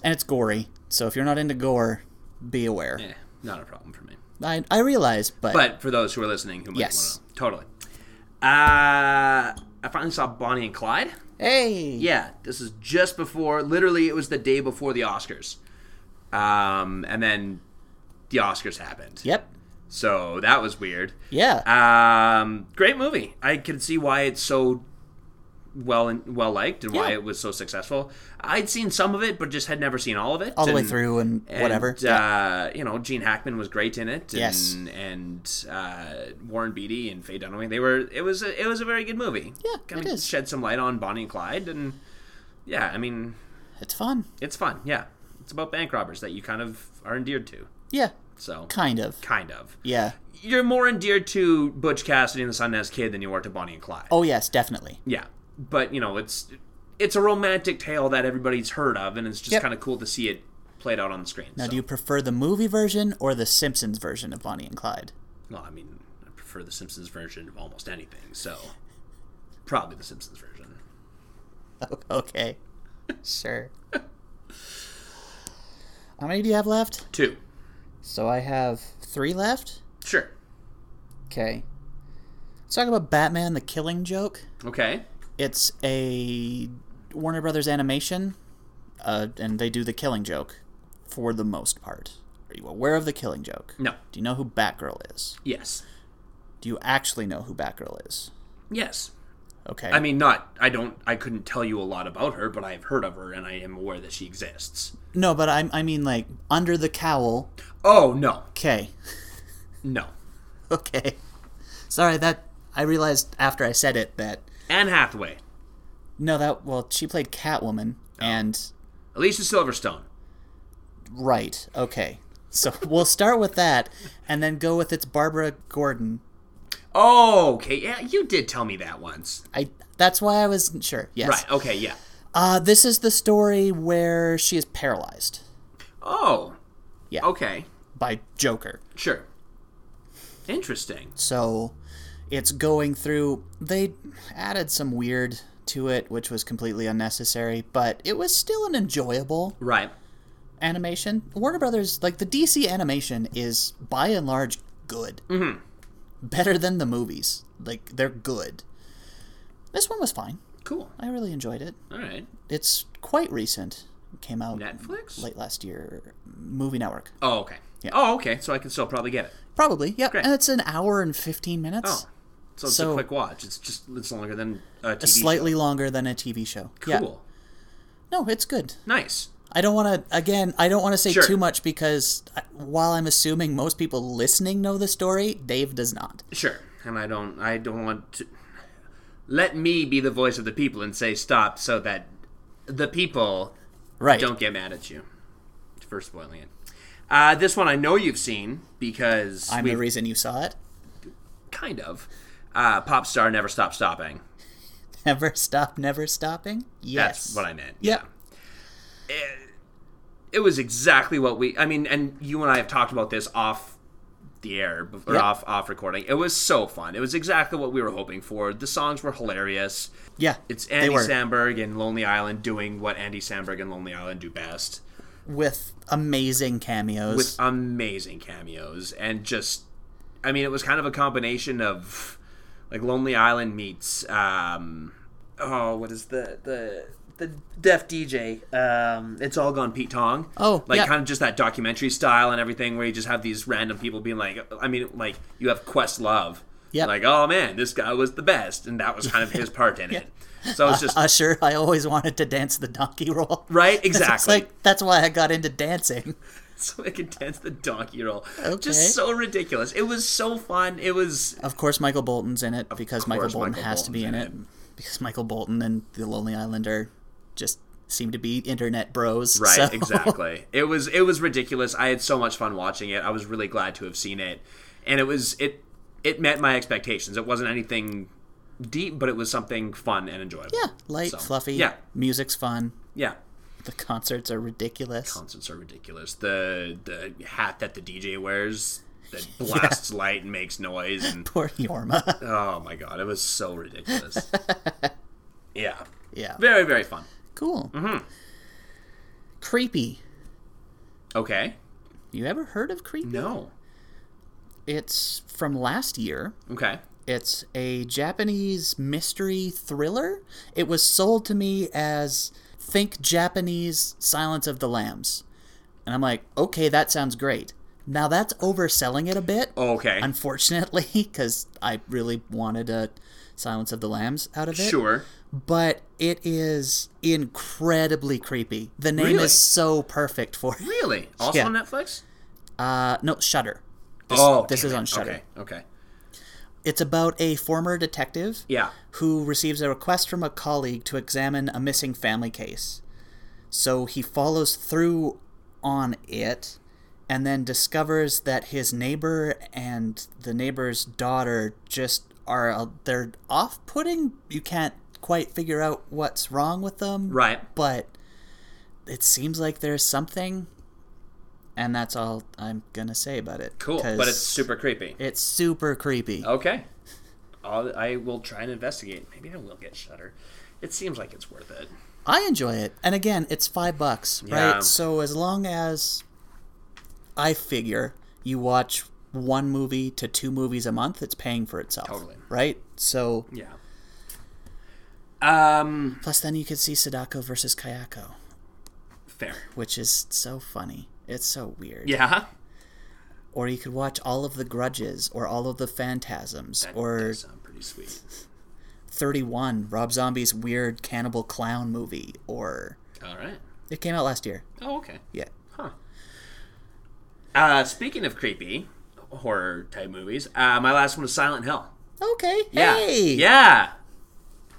A: and it's gory. So if you're not into gore, be aware.
B: Yeah, Eh, not a problem for me.
A: I I realize, but,
B: But for those who are listening, who might
A: Yes.
B: want to totally. Uh, I finally saw Bonnie and Clyde.
A: hey,
B: Yeah, this is just before. Literally, it was the day before the Oscars, um, and then the Oscars happened.
A: yep,
B: So that was weird.
A: yeah,
B: Um, great movie. I can see why it's so well and well liked and why
A: Yeah.
B: it was so successful. I'd seen some of it, but just had never seen all of it.
A: all the way
B: and-
A: through and,
B: and,
A: whatever.
B: Uh, You know, Gene Hackman was great in it. And,
A: Yes.
B: And uh, Warren Beatty and Faye Dunaway. They were. It was. A, it was a very good movie.
A: Yeah,
B: Kinda
A: it is.
B: Shed some light on Bonnie and Clyde, and yeah, I mean,
A: It's fun.
B: it's fun. Yeah, it's about bank robbers that you kind of are endeared to.
A: Yeah,
B: So
A: kind of.
B: kind of.
A: Yeah.
B: You're more endeared to Butch Cassidy and the Sundance Kid than you are to Bonnie and Clyde.
A: Oh yes, definitely.
B: Yeah, but you know, it's it's a romantic tale that everybody's heard of, and it's just
A: Yep.
B: kind of cool to see it played out on the screen.
A: Now,
B: so.
A: do you prefer the movie version or the Simpsons version of Bonnie and Clyde?
B: Well, I mean, I prefer the Simpsons version of almost anything, so probably the Simpsons version.
A: O- Okay. Sure. How many do you have left?
B: Two.
A: So I have three left.
B: Sure.
A: Okay. Let's talk about Batman the Killing Joke.
B: Okay.
A: It's a Warner Brothers animation, uh, and they do the Killing Joke for the most part. Are you aware of the Killing Joke?
B: No.
A: Do you know who Batgirl is?
B: Yes.
A: Do you actually know who Batgirl is?
B: Yes.
A: Okay.
B: I mean, not. I don't. I couldn't tell you a lot about her, but I've heard of her and I am aware that she exists.
A: no, but I, I mean like under the cowl.
B: Oh no,
A: Okay.
B: no.
A: Okay. Sorry that I realized after I said it that
B: Anne Hathaway,
A: no, that well, she played Catwoman
B: Oh.
A: and
B: Alicia Silverstone.
A: right. Okay. So we'll start with that and then go with it's Barbara Gordon.
B: Oh, okay. Yeah, you did tell me that once.
A: I that's why I wasn't sure. Yes.
B: Right. Okay. Yeah.
A: Uh this is the story where she is paralyzed
B: Oh.
A: Yeah.
B: Okay.
A: by Joker.
B: Sure. Interesting.
A: So it's going through. They added some weird to it, which was completely unnecessary, but it was still an enjoyable
B: Right.
A: animation. Warner Brothers, like the DC animation, is by and large good. Mm-hmm. Better than the movies. Like, they're good. This one was fine.
B: Cool.
A: I really enjoyed it.
B: All right.
A: It's quite recent. It came out
B: Netflix.
A: late last year. Movie Network.
B: Oh, okay.
A: Yeah.
B: Oh, okay. So I can still probably get it.
A: Probably, yeah.
B: Great.
A: And it's an hour and 15 minutes.
B: Oh, so it's a
A: So-
B: quick watch. It's just it's longer than a TV
A: Slightly longer than a TV show.
B: show.
A: Yeah.
B: Cool.
A: No, it's good.
B: Nice.
A: I don't want to again. I don't want to say
B: Sure.
A: too much because uh, while I'm assuming most people listening know the story, Dave does not.
B: Sure. And I don't I don't want to let me be the voice of the people and say stop so that the people
A: Right.
B: don't get mad at you for spoiling it. Uh, this one I know you've seen because
A: I'm
B: we
A: the reason you saw it.
B: kind of uh, pop star never stop stopping.
A: Never stop, never stopping. Yes.
B: That's what I meant.
A: Yep.
B: it was exactly what we i mean and you and i have talked about this off the air bef- or
A: Yeah.
B: off off recording it was so fun it was exactly what we were hoping for the songs were hilarious
A: Yeah.
B: it's
A: they
B: andy
A: were
B: samberg and lonely island doing what andy samberg and lonely island do best
A: with amazing cameos.
B: with amazing cameos and just i mean it was kind of a combination of like lonely island meets um oh what is the the the deaf dj um it's all gone pete tong
A: Oh,
B: like
A: yeah.
B: kind of just that documentary style and everything where you just have these random people being like i mean like you have quest love
A: Yep.
B: like oh man this guy was the best and that was kind of his part in it so it's just
A: Usher, I always wanted to dance the donkey roll.
B: right
A: It's
B: exactly
A: like that's why I got into dancing.
B: so it contains the donkey roll.
A: Okay.
B: Just so ridiculous. It was so fun. It was
A: Of course, Michael Bolton's in it because Michael
B: course
A: Bolton
B: Michael
A: has to be in
B: Bolton's
A: it.
B: in
A: Because Michael Bolton and the Lonely Islander just seem to be internet bros.
B: right,
A: so-
B: exactly. It was it was ridiculous. I had so much fun watching it. I was really glad to have seen it, and it was it it met my expectations. It wasn't anything deep, but it was something fun and enjoyable.
A: Yeah, light,
B: So,
A: fluffy.
B: yeah.
A: music's fun.
B: Yeah.
A: The concerts are ridiculous.
B: Concerts are ridiculous. The the hat that the DJ wears that blasts light and makes noise and
A: Poor Yorma.
B: oh my god, it was so ridiculous. yeah.
A: yeah,
B: Very, very fun.
A: cool.
B: Mm-hmm.
A: Creepy.
B: Okay.
A: You ever heard of Creepy?
B: No.
A: It's from last year.
B: Okay.
A: It's a Japanese mystery thriller. It was sold to me as think Japanese Silence of the Lambs. And I'm like, okay, that sounds great. Now that's overselling it a bit,
B: Okay.
A: unfortunately, because I really wanted a Silence of the Lambs out of it.
B: sure.
A: But it is incredibly creepy. The name
B: Really?
A: is so perfect for it.
B: Really? Also
A: Yeah.
B: on Netflix?
A: Uh, no, Shudder. This, this
B: damn
A: is
B: it.
A: on Shudder.
B: Oh, Okay. Okay.
A: It's about a former detective
B: Yeah.
A: who receives a request from a colleague to examine a missing family case. So he follows through on it and then discovers that his neighbor and the neighbor's daughter just are uh, they're off-putting. You can't quite figure out what's wrong with them.
B: Right.
A: But it seems like there's something and that's all I'm going to say about it.
B: Cool.
A: 'cause
B: But it's super creepy.
A: it's super creepy.
B: Okay. I'll, I will try and investigate. Maybe I will get Shutter. It seems like it's worth it.
A: I enjoy it. And again, it's five bucks,
B: Yeah.
A: right? So as long as I figure you watch one movie to two movies a month, it's paying for itself.
B: Totally.
A: Right? So
B: Yeah. Um.
A: plus then you could see Sadako versus Kayako,
B: Fair.
A: which is so funny. It's so weird.
B: Yeah.
A: Or you could watch all of the Grudges or all of the Phantasms
B: That
A: or
B: does sound pretty sweet.
A: 31, Rob Zombie's weird cannibal clown movie or
B: All right.
A: it came out last year.
B: Oh, okay.
A: Yeah.
B: Huh. Uh, speaking of creepy horror type movies, uh, my last one was Silent Hill.
A: Okay.
B: Yeah.
A: Hey.
B: Yeah.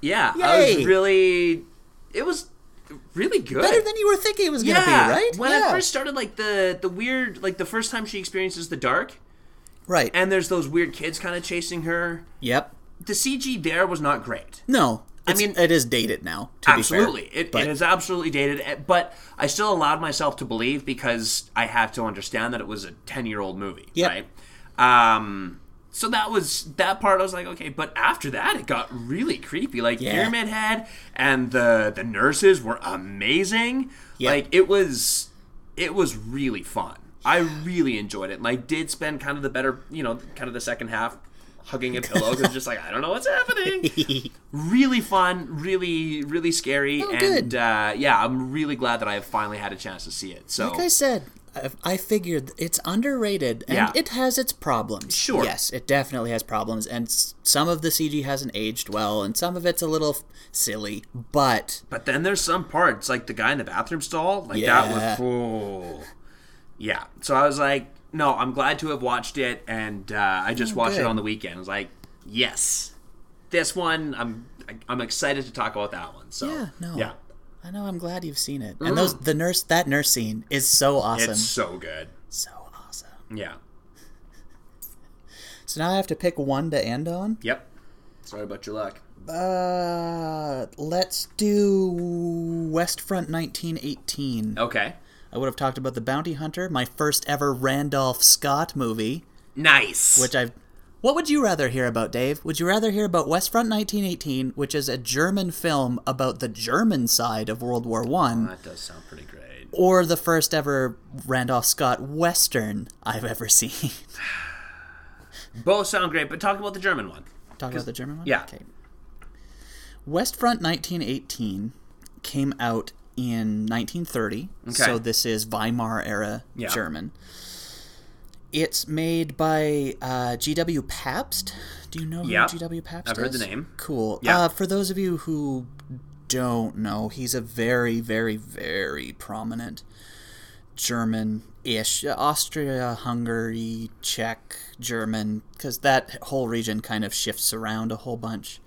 B: Yeah. I
A: Yay.
B: was really. It was really good.
A: Better than you were thinking it was going to
B: yeah.
A: be, right?
B: When
A: yeah.
B: I first started, like the the weird, like the first time she experiences the dark,
A: Right.
B: and there's those weird kids kind of chasing her.
A: yep.
B: The CG there was not great.
A: No. I
B: mean-
A: mean, it is dated now. To
B: Absolutely,
A: Be fair.
B: it, it is absolutely dated, eh, but I still allowed myself to believe because I have to understand that it was a ten-year-old movie,
A: Yep.
B: right? Um, so that was that part. I was like, okay, but after that, it got really creepy. Like
A: Yeah.
B: Pyramid Head and the the nurses were amazing.
A: Yep.
B: Like it was, it was really fun. I really enjoyed it, and I did spend kind of the better, you know, kind of the second half hugging a pillow because just like I don't know what's happening really fun, really, really scary, and
A: good.
B: Uh, yeah, I'm really glad that I have finally had a chance to see it. So
A: like I said, I, I figured it's underrated and
B: Yeah.
A: it has its problems.
B: Sure.
A: Yes, it definitely has problems, and s- some of the CG hasn't aged well, and some of it's a little f- silly. But
B: But then there's some parts like the guy in the bathroom stall, like
A: Yeah.
B: that was cool. Yeah. So I was like, no, I'm glad to have watched it, and uh, I just watched
A: Oh, good.
B: it on the weekend. I was like, yes, this one, I'm I'm excited to talk about that one. So
A: Yeah, no.
B: yeah,
A: I know I'm glad you've seen it, and those the nurse that nurse scene is so awesome,
B: Mm. it's so good.
A: so awesome.
B: Yeah.
A: So now I have to pick one to end on.
B: Yep. Sorry about your luck.
A: Uh, let's do West Front 1918.
B: Okay.
A: I would have talked about The Bounty Hunter, my first ever Randolph Scott movie,
B: Nice.
A: which I've. What would you rather hear about, Dave? Would you rather hear about West Front 1918, which is a German film about the German side of World War One,
B: that does sound pretty great.
A: or the first ever Randolph Scott Western I've ever seen?
B: Both sound great, but talk about the German one.
A: Talk about the German one?
B: yeah.
A: Okay. West Front 1918 came out in 1930. So this is Weimar era
B: Yeah.
A: German. It's made by uh, G.W. Pabst. Do you know
B: Yeah.
A: who G.W. Pabst
B: I've
A: is?
B: heard the name.
A: Cool.
B: Yeah.
A: Uh, for those of you who don't know, he's a very, very, very prominent German ish, Austria, Hungary, Czech, German, because that whole region kind of shifts around a whole bunch.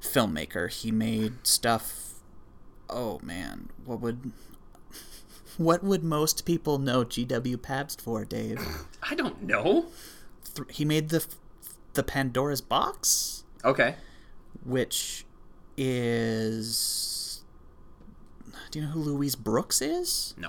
A: Filmmaker. He made stuff. Oh man, what would. What would most people know G.W. Pabst for, Dave?
B: I don't know.
A: Th- he made the the Pandora's box,
B: Okay.
A: which is. Do you know who Louise Brooks is?
B: No.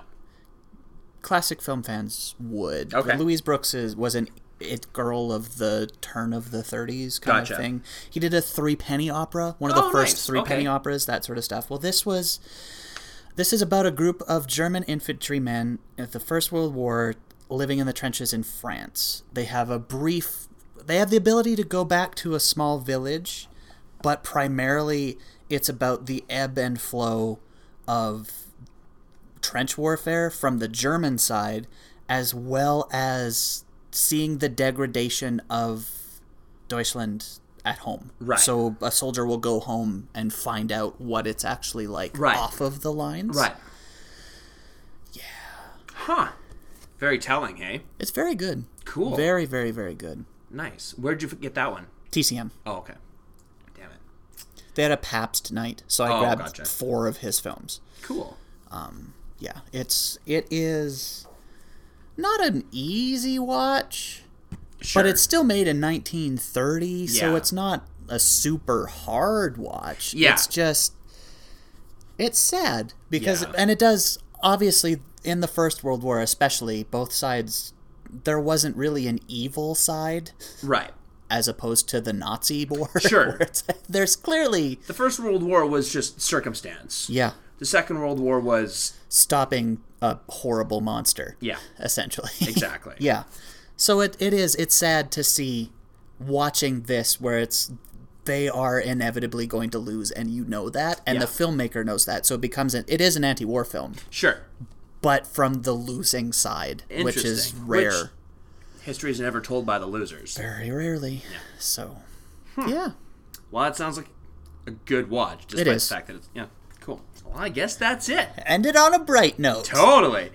A: Classic film fans would.
B: Okay.
A: But Louise Brooks is, was an it girl of the turn of the 30s kind
B: Gotcha.
A: of thing. He did a three penny opera, one of
B: Oh,
A: the first
B: nice.
A: three penny
B: Okay.
A: operas, that sort of stuff. Well, this was. This is about a group of German infantrymen at the First World War living in the trenches in France. They have a brief. They have the ability to go back to a small village, but primarily it's about the ebb and flow of trench warfare from the German side, as well as seeing the degradation of Deutschland at home.
B: Right.
A: So a soldier will go home and find out what it's actually like
B: Right.
A: off of the lines.
B: Right. Yeah. Huh. Very telling, hey?
A: It's very good.
B: Cool.
A: Very, very, very good.
B: Nice. Where'd you f- get that one?
A: TCM.
B: Oh, okay. Damn it.
A: They had a Pabst night, so I
B: Oh,
A: grabbed
B: gotcha.
A: four of his films.
B: Cool.
A: yeah it's it is not an easy watch
B: Sure.
A: but it's still made in 1930 so
B: Yeah.
A: it's not a super hard watch
B: Yeah.
A: it's just it's sad because
B: Yeah.
A: and it does obviously in the first world war especially both sides there wasn't really an evil side
B: right.
A: as opposed to the nazi war
B: Sure.
A: where it's- there's clearly
B: The First World War was just circumstance.
A: yeah
B: The Second World War was
A: stopping a horrible monster
B: yeah,
A: essentially
B: exactly.
A: Yeah. So it, it is it's sad to see watching this where it's they are inevitably going to lose and you know that and the
B: Yeah.
A: filmmaker knows that. So it becomes an it is an anti-war film,
B: Sure.
A: but from the losing side, which is
B: Interesting.
A: rare.
B: Which- History is never told by the losers.
A: very rarely. So
B: Hmm.
A: yeah.
B: Well, that sounds like a good watch, despite
A: is.
B: the fact that it's yeah, cool. Well, I guess that's it.
A: End it on a bright note.
B: Totally.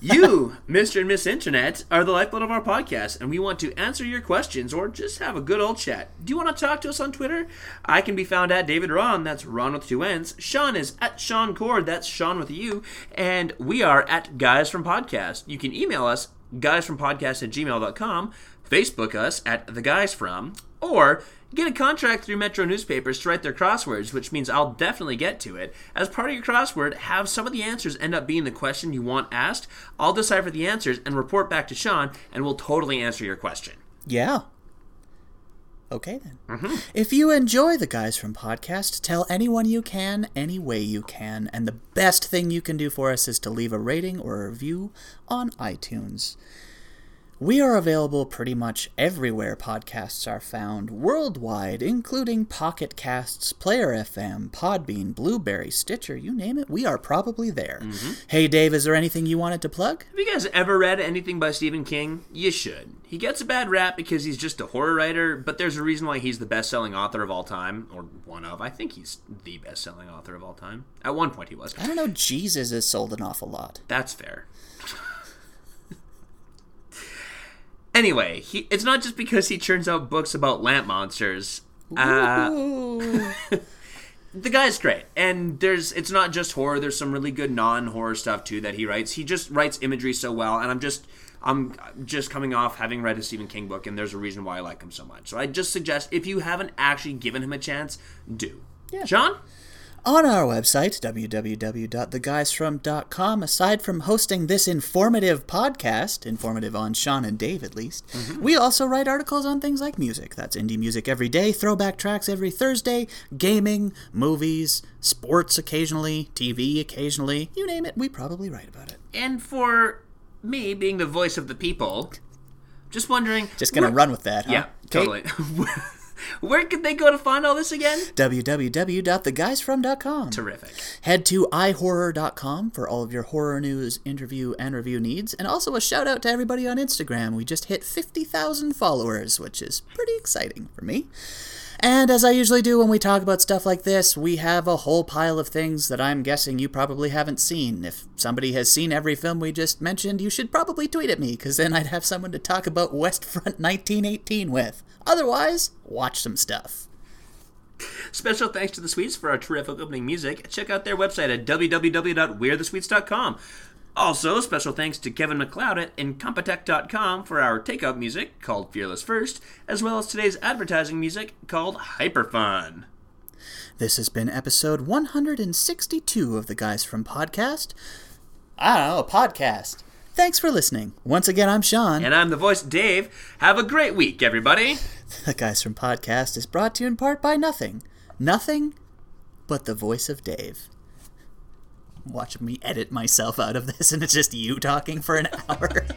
B: You, Mr. and Miss Internet, are the lifeblood of our podcast, and we want to answer your questions or just have a good old chat. Do you want to talk to us on Twitter? I can be found at David Ron, that's Ron with two N's. Sean is at Sean Cord, that's Sean with a U. And we are at Guys from Podcast. You can email us, guysfrompodcast at gmail.com, Facebook us at The Guys From, or Get a contract through Metro newspapers to write their crosswords, which means I'll definitely get to it. As part of your crossword, have some of the answers end up being the question you want asked. I'll decipher the answers and report back to Sean, and we'll totally answer your question.
A: Yeah. Okay then. If you enjoy the guys from podcast, tell anyone you can, any way you can, and the best thing you can do for us is to leave a rating or a review on iTunes. We are available pretty much everywhere podcasts are found worldwide, including Pocket Casts, Player FM, Podbean, Blueberry, Stitcher, you name it, we are probably there. Hey Dave, is there anything you wanted to plug?
B: Have you guys ever read anything by Stephen King? You should. He gets a bad rap because he's just a horror writer, but there's a reason why he's the best selling author of all time, or one of. I think he's the best selling author of all time. At one point, he was.
A: I don't know, Jesus is sold an awful lot.
B: That's fair. anyway, he, it's not just because he churns out books about lamp monsters. Uh,
A: Ooh.
B: the guy's great, and there's it's not just horror. There's some really good non-horror stuff too that he writes. He just writes imagery so well, and I'm just I'm just coming off having read a Stephen King book, and there's a reason why I like him so much. So I just suggest if you haven't actually given him a chance, do.
A: Yeah.
B: John,
A: On our website, www.theguysfrom.com, aside from hosting this informative podcast, informative on Sean and Dave at least,
B: Mm-hmm.
A: we also write articles on things like music. That's indie music every day, throwback tracks every Thursday, gaming, movies, sports occasionally, TV occasionally. You name it, we probably write about it.
B: and for me being the voice of the people, just wondering,
A: Just gonna
B: where-
A: run with that, huh?
B: Yeah,
A: 'Kay.
B: totally. Where could they go to find all this again?
A: www.theguysfrom.com.
B: Terrific.
A: Head to ihorror.com for all of your horror news, interview, and review needs. And also a shout out to everybody on Instagram. We just hit 50,000 followers, which is pretty exciting for me. And as I usually do when we talk about stuff like this, we have a whole pile of things that I'm guessing you probably haven't seen. If somebody has seen every film we just mentioned, you should probably tweet at me, because then I'd have someone to talk about West Front 1918 with. Otherwise, watch some stuff.
B: Special thanks to the Sweets for our terrific opening music. Check out their website at www.wearethesweets.com. Also, special thanks to Kevin McLeod at Incompetech.com for our takeout music called Fearless First, as well as today's advertising music called Hyperfun.
A: This has been episode 162 of the Guys from Podcast. I don't know, a podcast. Thanks for listening. Once again, I'm Sean.
B: And I'm the voice, Dave. Have a great week, everybody.
A: the Guys from Podcast is brought to you in part by nothing. Nothing but the voice of Dave. Watch me edit myself out of this, and it's just you talking for an hour.